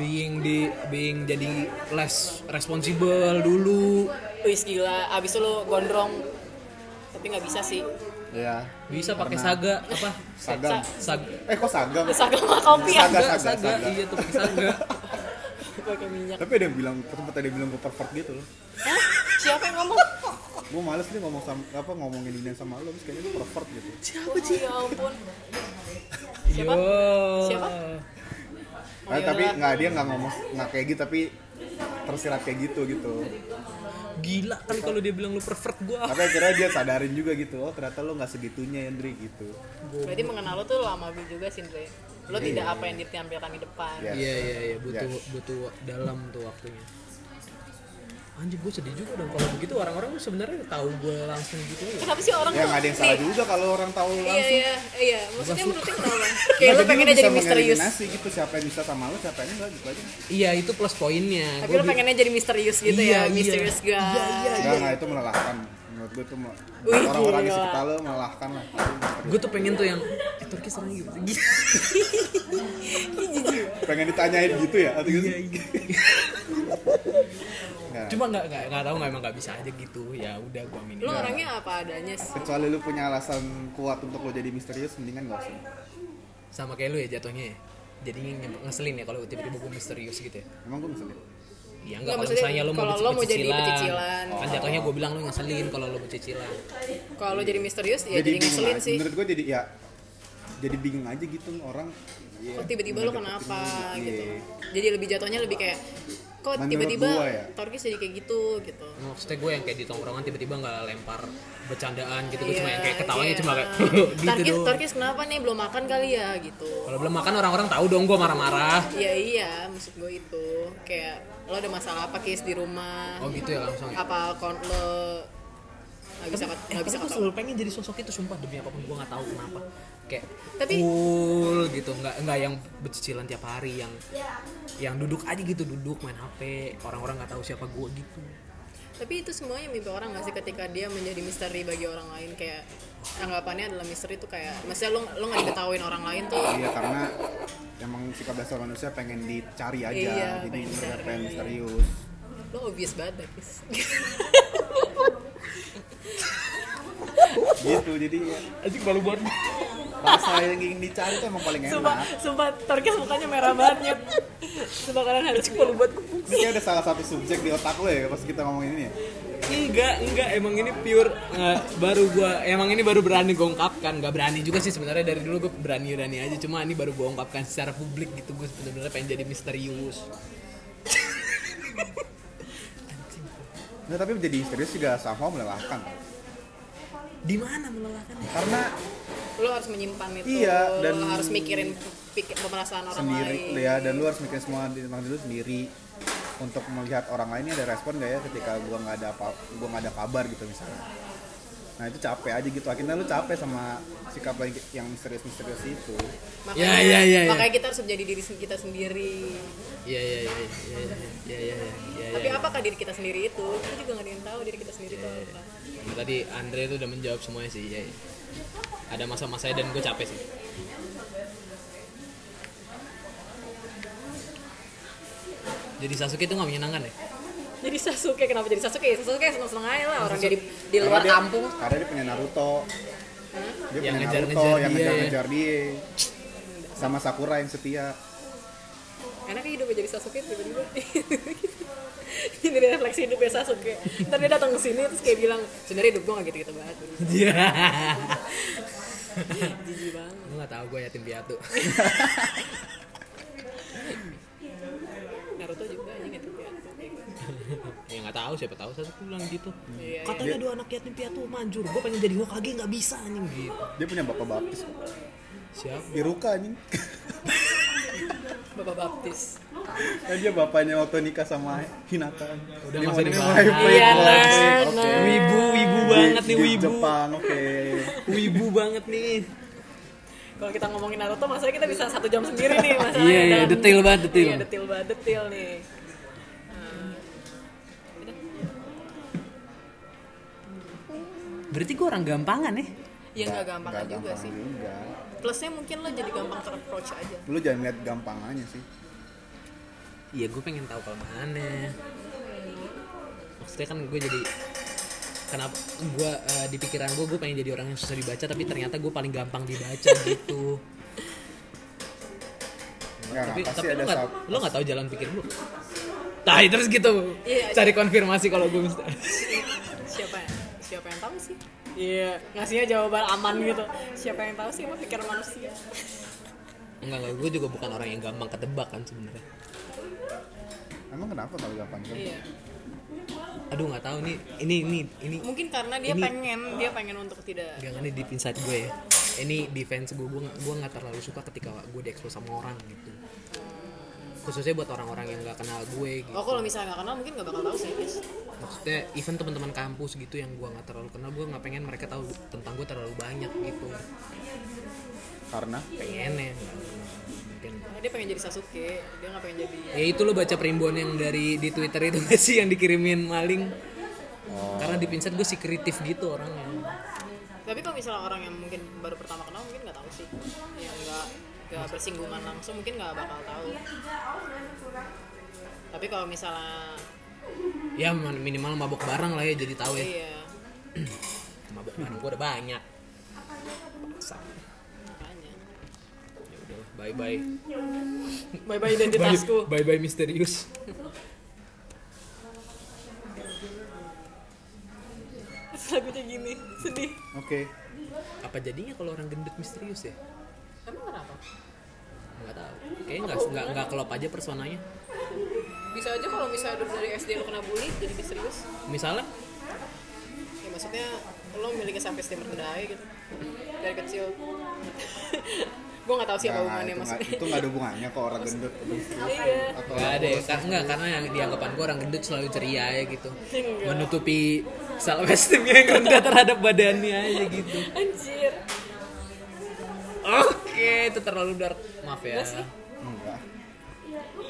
Speaker 3: being di being jadi less responsible dulu
Speaker 1: Wis gila, abis itu lu gondrong Tapi nggak bisa sih
Speaker 4: ya
Speaker 3: bisa pakai saga apa
Speaker 4: sagam
Speaker 3: saga
Speaker 4: eh kok sagam
Speaker 1: Saga sama kopi ya
Speaker 4: Saga,
Speaker 3: saga,
Speaker 4: saga, saga.
Speaker 3: iya tuh pakai saga
Speaker 1: Pakai minyak
Speaker 2: Tapi ada yang bilang, tempat ada yang bilang gue pervert gitu loh.
Speaker 1: Hah? Siapa yang ngomong?
Speaker 2: Gue males nih ngomong sama, apa ngomongin ini sama lo, terus kayaknya gue pervert gitu.
Speaker 1: Siapa sih? Ya ampun Siapa?
Speaker 3: Yo.
Speaker 1: Siapa? Oh,
Speaker 2: Nah, tapi
Speaker 1: yaudah.
Speaker 2: nggak dia nggak ngomong nggak kayak gitu tapi tersirat kayak gitu gitu.
Speaker 3: Gila kan kalau dia bilang lu pervert gua.
Speaker 2: Tapi akhirnya dia sadarin juga gitu. Oh ternyata lo nggak segitunya Hendri gitu.
Speaker 1: Berarti mengenal lo tuh lama juga sih Andre Lo tidak apa yang ditampilkan di depan
Speaker 2: Iya.
Speaker 3: Iya iya iya butuh butuh dalam tuh waktunya. Anjir gue sedih juga dong kalau begitu orang-orang tuh sebenarnya tahu gue langsung gitu.
Speaker 1: Kenapa sih orang
Speaker 2: Ya
Speaker 1: tuh
Speaker 2: nggak ada yang salah juga kalau orang tahu
Speaker 1: Iya
Speaker 2: langsung.
Speaker 1: iya iya Maksudnya menurutnya kenapa?
Speaker 2: Nggak,
Speaker 1: Kayak lo
Speaker 2: jadi
Speaker 1: pengennya
Speaker 2: Iya, bisa
Speaker 1: jadi misterius
Speaker 2: mengeliminasi gitu siapa yang bisa sama lo, siapa yang enggak gitu aja.
Speaker 3: Iya itu plus poinnya.
Speaker 1: Tapi
Speaker 3: Gua
Speaker 1: lo
Speaker 3: bi-
Speaker 1: pengennya jadi misterius gitu
Speaker 3: Iya,
Speaker 1: ya
Speaker 3: iya.
Speaker 1: Misterius guy
Speaker 3: Iya, iya.
Speaker 2: Enggak, enggak itu melelahkan. Menurut gue itu me-
Speaker 1: Wih,
Speaker 2: orang-orang di
Speaker 1: gila.
Speaker 2: sekitar lo melelahkan lah.
Speaker 3: Gue tuh pengen tuh yang eh, Turki serang gitu.
Speaker 2: Iya.
Speaker 3: Gila.
Speaker 2: Pengen ditanyain gitu ya atau gitu.
Speaker 1: Iya,
Speaker 2: Nggak.
Speaker 3: Cuma nggak nggak nggak tahu nggak emang nggak bisa aja gitu. Ya udah gua aminin.
Speaker 2: Iya.
Speaker 1: Lo orangnya apa adanya sih
Speaker 2: Kecuali lu punya alasan kuat untuk lo jadi misterius, mendingan gak usah.
Speaker 3: Sama kayak lu ya jatuhnya. ya. Jadinya nye- ngeselin ya kalau tiba-tiba gue misterius gitu ya.
Speaker 2: Emang gue misalnya.
Speaker 3: Iya
Speaker 1: Nggak,
Speaker 3: enggak kalau
Speaker 1: maksudnya
Speaker 3: misalnya lu
Speaker 1: kalau
Speaker 3: mau,
Speaker 1: lo
Speaker 3: peci-
Speaker 1: mau jadi
Speaker 3: pecicilan.
Speaker 1: pecicilan.
Speaker 3: Kan jatuhnya
Speaker 2: Oh.
Speaker 3: gue bilang lu ngeselin kalau lu pecicilan.
Speaker 1: Kalau lo jadi misterius ya jadi,
Speaker 2: bingung
Speaker 1: ngeselin
Speaker 2: aja.
Speaker 1: sih
Speaker 2: Menurut gue jadi ya jadi bingung aja gitu orang. Iya.
Speaker 1: kok Oh, tiba-tiba lu kenapa
Speaker 2: Iya.
Speaker 1: gitu jadi lebih jatuhnya lebih kayak kok
Speaker 2: Menurut
Speaker 1: tiba-tiba
Speaker 2: gua ya.
Speaker 1: Torkis jadi kayak gitu gitu
Speaker 3: maksudnya gue yang kayak di tongkrongan tiba-tiba nggak lempar bercandaan gitu gue cuma
Speaker 1: Iya,
Speaker 3: yang kayak ketawanya
Speaker 1: iya.
Speaker 3: cuma kayak gitu
Speaker 1: Torkis,
Speaker 3: doang
Speaker 1: Torkis kenapa nih belum makan kali ya gitu
Speaker 3: kalau belum makan orang-orang tahu dong gue marah-marah
Speaker 1: iya iya maksud gue itu kayak lo ada masalah apa kis di rumah
Speaker 3: oh gitu ya langsung ya
Speaker 1: apa kon lo nggak bisa kat- nggak
Speaker 3: tapi
Speaker 1: bisa
Speaker 3: gue
Speaker 1: kata
Speaker 3: selalu pengen jadi sosok itu sumpah demi apapun gue nggak tahu kenapa kayak
Speaker 1: Tapi-
Speaker 3: cool gitu nggak nggak yang becicilan tiap hari yang yang duduk aja gitu duduk main hp orang-orang nggak tahu siapa gue gitu
Speaker 1: tapi itu semuanya mimpi orang nggak sih ketika dia menjadi misteri bagi orang lain kayak anggapannya adalah misteri tuh kayak maksudnya lo lo nggak diketahuin orang lain tuh
Speaker 2: Iya karena emang sikap dasar manusia pengen dicari aja,
Speaker 1: Iya,
Speaker 2: jadi
Speaker 1: pengen
Speaker 2: mereka
Speaker 1: dicari.
Speaker 2: pengen misterius.
Speaker 1: lo obvious banget Torkis
Speaker 2: gitu jadi ya,
Speaker 3: aja baru buat
Speaker 2: rasa yang ingin dicari itu emang paling
Speaker 1: Sumpah,
Speaker 2: enak.
Speaker 1: sumpah Torkis mukanya merah banget Nyet. Sumpah kalian harus follow buat
Speaker 2: Ini kayak ada salah satu subjek di otak lo ya pas kita ngomongin ini. Ya.
Speaker 3: Enggak, enggak. Emang ini pure eh, baru gua emang ini baru berani gua ungkapkan. Enggak berani juga sih sebenarnya dari dulu gua berani-berani aja. Cuma ini baru gua ungkapkan secara publik gitu. Gua sebenarnya pengen jadi misterius.
Speaker 2: Nggak, tapi menjadi misterius juga somehow melelahkan.
Speaker 3: Di mana melelahkan ya?
Speaker 2: Karena
Speaker 1: lo harus menyimpan itu
Speaker 2: Iya, dan-
Speaker 1: lo harus mikirin pikir perasaan orang
Speaker 2: sendiri
Speaker 1: lain
Speaker 2: ya dan lu harus mikirin semua di- tentang diri lu sendiri untuk melihat orang lain ini ada respon gak ya ketika gua nggak ada apa gua nggak ada kabar gitu misalnya nah itu capek aja gitu akhirnya lu capek sama sikap lain yang misterius misterius itu
Speaker 1: makanya,
Speaker 3: Ya, ya, ya, ya.
Speaker 1: makanya kita harus menjadi diri sen- kita sendiri
Speaker 3: Iya iya iya iya iya iya iya.
Speaker 1: tapi apakah diri kita sendiri itu itu juga nggak ada yang tahu diri kita sendiri itu apa
Speaker 3: Nah, Tadi Andre itu udah menjawab semuanya sih. Iya, iya. Ada masa-masanya dan gue capek sih. Jadi Sasuke itu gak menyenangkan ya?
Speaker 1: jadi Sasuke kenapa jadi Sasuke Ya, Sasuke seneng seneng aja lah orang jadi di luar
Speaker 2: Karena dia-
Speaker 1: kampung
Speaker 2: karena dia punya Naruto dia
Speaker 3: Yang
Speaker 2: punya
Speaker 3: ngejar-ngejar
Speaker 2: Naruto yang
Speaker 3: dia,
Speaker 2: ngejar-ngejar dia sama Sakura yang setia
Speaker 1: enak ya hidupnya jadi Sasuke tiba-tiba ini dari refleksi hidupnya Sasuke ntar dia datang ke sini terus kayak bilang sebenarnya hidup gue gak gitu-gitu banget
Speaker 3: Iya.
Speaker 1: jijik banget
Speaker 3: gue gak tau gue yatim piatu.
Speaker 1: Naruto juga aja gitu ya
Speaker 3: ya gak tahu siapa tahu Sasuke bilang gitu.
Speaker 1: Iya,
Speaker 3: Katanya dua anak yatim piatu manjur. Gue pengen jadi Hokage gak bisa nih gitu.
Speaker 2: dia punya bapak baptis
Speaker 3: Siapa?
Speaker 2: Iruka anjing
Speaker 1: Bapak Baptis
Speaker 2: Kan dia bapaknya waktu nikah sama Hinata
Speaker 3: Udah
Speaker 2: Dia mau-
Speaker 3: nggak usah
Speaker 2: dia
Speaker 3: dibahas.
Speaker 2: mau playboy.
Speaker 1: Iya, nah, nah.
Speaker 2: Oke.
Speaker 1: Iya,
Speaker 3: Wibu, wibu banget
Speaker 2: Di-
Speaker 3: nih
Speaker 2: di
Speaker 3: wibu.
Speaker 2: Jepang oke
Speaker 3: Wibu banget nih.
Speaker 1: kalau kita ngomongin Naruto masalahnya kita bisa satu jam sendiri nih masalahnya
Speaker 3: Iya, iya,
Speaker 1: Dan-
Speaker 3: detail banget, detail.
Speaker 1: iya detail banget detail nih Ya, Nah, udah.
Speaker 3: Berarti gue orang gampangan ya?
Speaker 1: ya nggak gampang
Speaker 2: Nggak
Speaker 1: juga sih
Speaker 2: juga.
Speaker 1: plusnya mungkin lo jadi gampang terapproach aja
Speaker 2: lu jangan lihat gampangannya sih
Speaker 3: Iya gue pengen tahu kelemahannya. Maksudnya kan gue jadi kenapa gue eh, di pikiran gue gue pengen jadi orang yang susah dibaca tapi ternyata gue paling gampang dibaca gitu.
Speaker 2: Nggak,
Speaker 3: tapi
Speaker 2: Ya, pasti
Speaker 3: tapi
Speaker 2: ada
Speaker 3: lo nggak
Speaker 2: sab-
Speaker 3: lo nggak tahu jalan pikir lu. Nah terus gitu
Speaker 1: Iya.
Speaker 3: cari konfirmasi kalau gue mesti.
Speaker 1: siapa ya? siapa yang tahu sih iya ngasihnya jawaban aman gitu siapa yang tahu sih emang pikiran manusia
Speaker 3: Enggak enggak gue juga bukan orang yang gampang ketebak kan sebenarnya.
Speaker 2: emang kenapa kalau gampang kan
Speaker 1: iya
Speaker 3: Aduh nggak tahu nih ini ini ini
Speaker 1: mungkin karena dia
Speaker 3: Ini-
Speaker 1: pengen dia pengen untuk tidak
Speaker 3: Gak ini deep inside gue ya Ini defense gue Gue gak, gue nggak terlalu suka ketika gue diekspos sama orang gitu Khususnya buat orang-orang yang gak kenal gue gitu
Speaker 1: oh kalau misalnya nggak kenal mungkin nggak bakal tahu sih guys
Speaker 3: Maksudnya even teman-teman kampus gitu yang gue gak terlalu kenal Gue gak pengen mereka tahu tentang gue terlalu banyak gitu
Speaker 2: karena
Speaker 3: Pengennya Mungkin
Speaker 1: karena dia pengen jadi Sasuke dia nggak pengen jadi
Speaker 3: Ya itu lo baca primbon yang dari di Twitter itu gak sih yang dikirimin maling Karena deep inside gue secretive gitu orangnya
Speaker 1: tapi kalau misalnya orang yang mungkin baru pertama kenal mungkin nggak tahu sih yang nggak nggak bersinggungan langsung mungkin nggak bakal tahu tapi kalau misalnya
Speaker 3: Ya man- minimal mabok bareng lah ya jadi tahu ya
Speaker 1: iya
Speaker 3: Mabok bareng gue udah banyak Sama
Speaker 1: makanya
Speaker 3: Ya bye bye
Speaker 1: bye bye identitasku
Speaker 3: bye bye misterius
Speaker 1: Terus lagunya gini sedih
Speaker 2: oke
Speaker 3: apa jadinya kalau orang gendut misterius ya
Speaker 1: emang kenapa
Speaker 3: nggak tahu kayaknya nggak nggak nggak kelop aja personanya
Speaker 1: bisa aja kalau misalnya dulu dari SD lo kena bully jadi misterius
Speaker 3: misalnya
Speaker 1: ya maksudnya lo memiliki sampai SD merendah aja gitu dari kecil gue nggak tahu sih apa
Speaker 2: Nggak,
Speaker 1: hubungannya
Speaker 2: Nah, itu nggak-
Speaker 1: maksudnya
Speaker 2: itu nggak ada hubungannya kok orang gendut
Speaker 1: iya
Speaker 2: atau
Speaker 3: nggak ada ya karena nggak karena yang dianggapan gue orang gendut selalu ceria ya gitu
Speaker 1: Enggak.
Speaker 3: menutupi salah estimnya yang rendah terhadap badannya aja
Speaker 1: Iya.
Speaker 3: gitu
Speaker 1: anjir
Speaker 3: oke itu terlalu dark maaf ya
Speaker 1: Nggak sih.
Speaker 2: enggak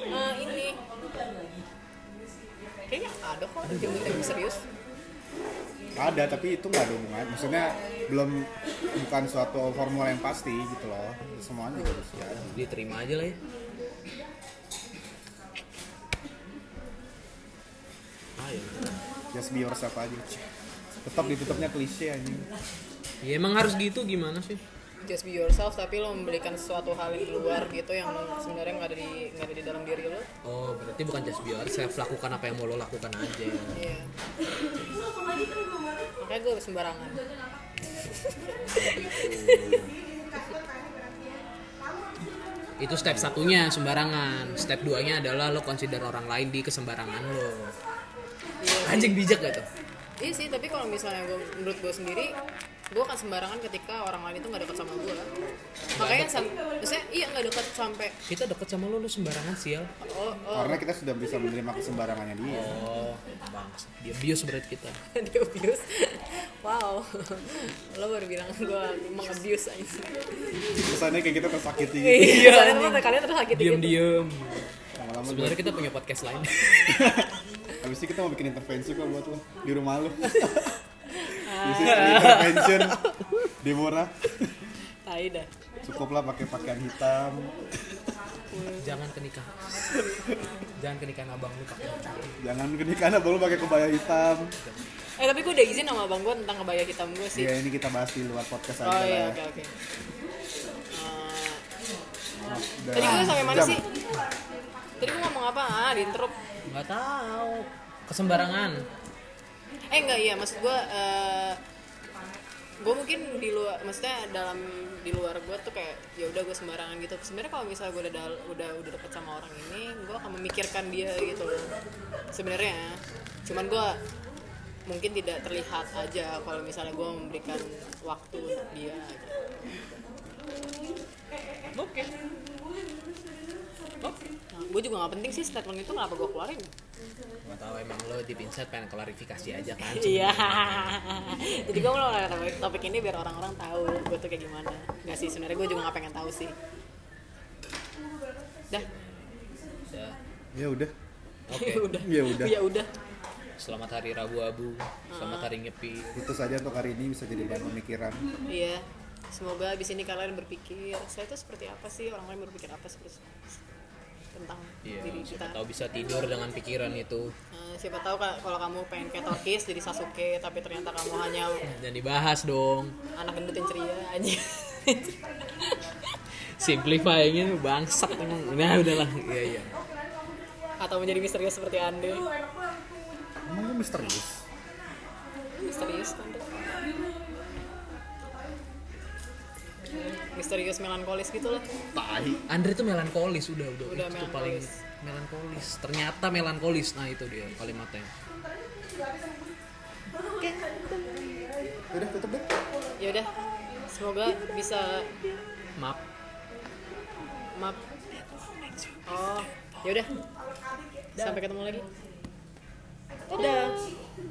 Speaker 1: Eh, ini kayaknya ada kok jemput yang serius
Speaker 2: ada tapi itu nggak ada hubungannya maksudnya belum bukan suatu formula yang pasti gitu loh semuanya juga bisa jadi
Speaker 3: diterima aja lah ya ayo
Speaker 2: just be yourself aja tetap ditutupnya klise anjing
Speaker 3: ya emang harus gitu gimana sih
Speaker 1: just be yourself tapi lo membelikan sesuatu hal yang di luar gitu yang sebenarnya nggak ada di nggak ada di dalam diri lo
Speaker 3: Oh, berarti bukan just be yourself, lakukan apa yang mau lo lakukan aja.
Speaker 1: iya makanya gue sembarangan
Speaker 3: Itu step satunya sembarangan. Step duanya adalah lo consider orang lain di kesembarangan lo.
Speaker 1: iya
Speaker 3: anjing bijak gak tuh
Speaker 1: Iya sih, tapi kalau misalnya gua, menurut gue sendiri, gue akan sembarangan ketika orang lain itu nggak dekat sama gue. Makanya, sam- maksudnya iya nggak dekat sampai
Speaker 3: kita deket sama lo lo sembarangan sial
Speaker 1: oh, oh
Speaker 4: Karena kita sudah bisa menerima kesembarangannya dia.
Speaker 3: oh bangsa dia bius berat kita
Speaker 1: dia abuse. wow, lo baru bilang gue mengabuse aja.
Speaker 4: Kesannya kayak kita tersakiti.
Speaker 1: Iya, soalnya emang kalian gitu. tersakiti
Speaker 3: diam diam
Speaker 4: Lama-lama gue-
Speaker 3: sebenarnya kita punya podcast lain
Speaker 4: Habis itu kita mau bikin intervensi kok buat lo di rumah lo. This is
Speaker 1: Ah.
Speaker 4: an intervention di murah.
Speaker 1: Tai dah.
Speaker 4: Cukuplah pakai pakaian hitam.
Speaker 3: jangan ke nikah jangan ke nikahan abang lu pakai baju.
Speaker 4: Jangan gede karena baru pakai kebaya hitam.
Speaker 1: Eh tapi gue udah izin sama abang gue tentang kebaya hitam gue sih.
Speaker 4: Ya ini kita bahas di luar podcast aja
Speaker 1: oh iya,
Speaker 4: lah.
Speaker 1: oke
Speaker 4: ya.
Speaker 1: oke. Eh,
Speaker 4: Nah, Udah
Speaker 1: tadi gue sampai mana
Speaker 4: jam.
Speaker 1: sih? Tadi gue ngomong apa? Ah, di interrupt.
Speaker 3: nggak tahu kesembarangan
Speaker 1: Eh enggak iya, maksud gue gue mungkin di luar maksudnya dalam di luar gue tuh kayak ya udah gue sembarangan gitu sebenarnya kalau misalnya gue udah dal- udah udah deket sama orang ini gue akan memikirkan dia gitu loh sebenarnya cuman gue mungkin tidak terlihat aja kalau misalnya gue memberikan waktu untuk dia gitu.
Speaker 3: oke
Speaker 1: nah, gue juga nggak penting sih statement itu kenapa gue keluarin
Speaker 3: nggak tahu emang lo di pinset pengen klarifikasi aja kan
Speaker 1: iya jadi gue mau ngomong topik, topik ini biar orang-orang tahu gue tuh kayak gimana nggak sih sebenarnya gue juga nggak pengen tahu sih dah
Speaker 3: Ya.
Speaker 2: ya udah
Speaker 3: oke
Speaker 1: Iya. udah
Speaker 2: Ya udah.
Speaker 1: ya udah
Speaker 3: selamat hari rabu abu selamat hari nyepi
Speaker 4: Itu saja untuk hari ini bisa jadi bahan pemikiran.
Speaker 1: iya semoga abis ini kalian berpikir saya tuh seperti apa sih orang lain berpikir apa seperti tentang
Speaker 3: Iya,
Speaker 1: diri kita
Speaker 3: siapa tahu bisa tidur dengan pikiran itu
Speaker 1: Nah, siapa tahu ka- kalau kamu pengen kayak Torkis jadi Sasuke tapi ternyata kamu hanya
Speaker 3: dan dibahas dong
Speaker 1: anak gendut yang ceria aja
Speaker 3: simplifyingnya bangsat emang nah udahlah iya iya
Speaker 1: atau menjadi misterius seperti Ande
Speaker 2: emang gue misterius
Speaker 1: misterius Ande misterius melankolis gitu loh
Speaker 2: tai
Speaker 3: Andre tuh melankolis udah udah,
Speaker 1: Udah
Speaker 3: itu tuh paling
Speaker 1: melankolis.
Speaker 3: melankolis ternyata melankolis nah itu dia kalimatnya
Speaker 4: Udah tutup deh.
Speaker 1: ya udah semoga bisa
Speaker 3: maaf
Speaker 1: maaf oh ya udah sampai ketemu lagi dadah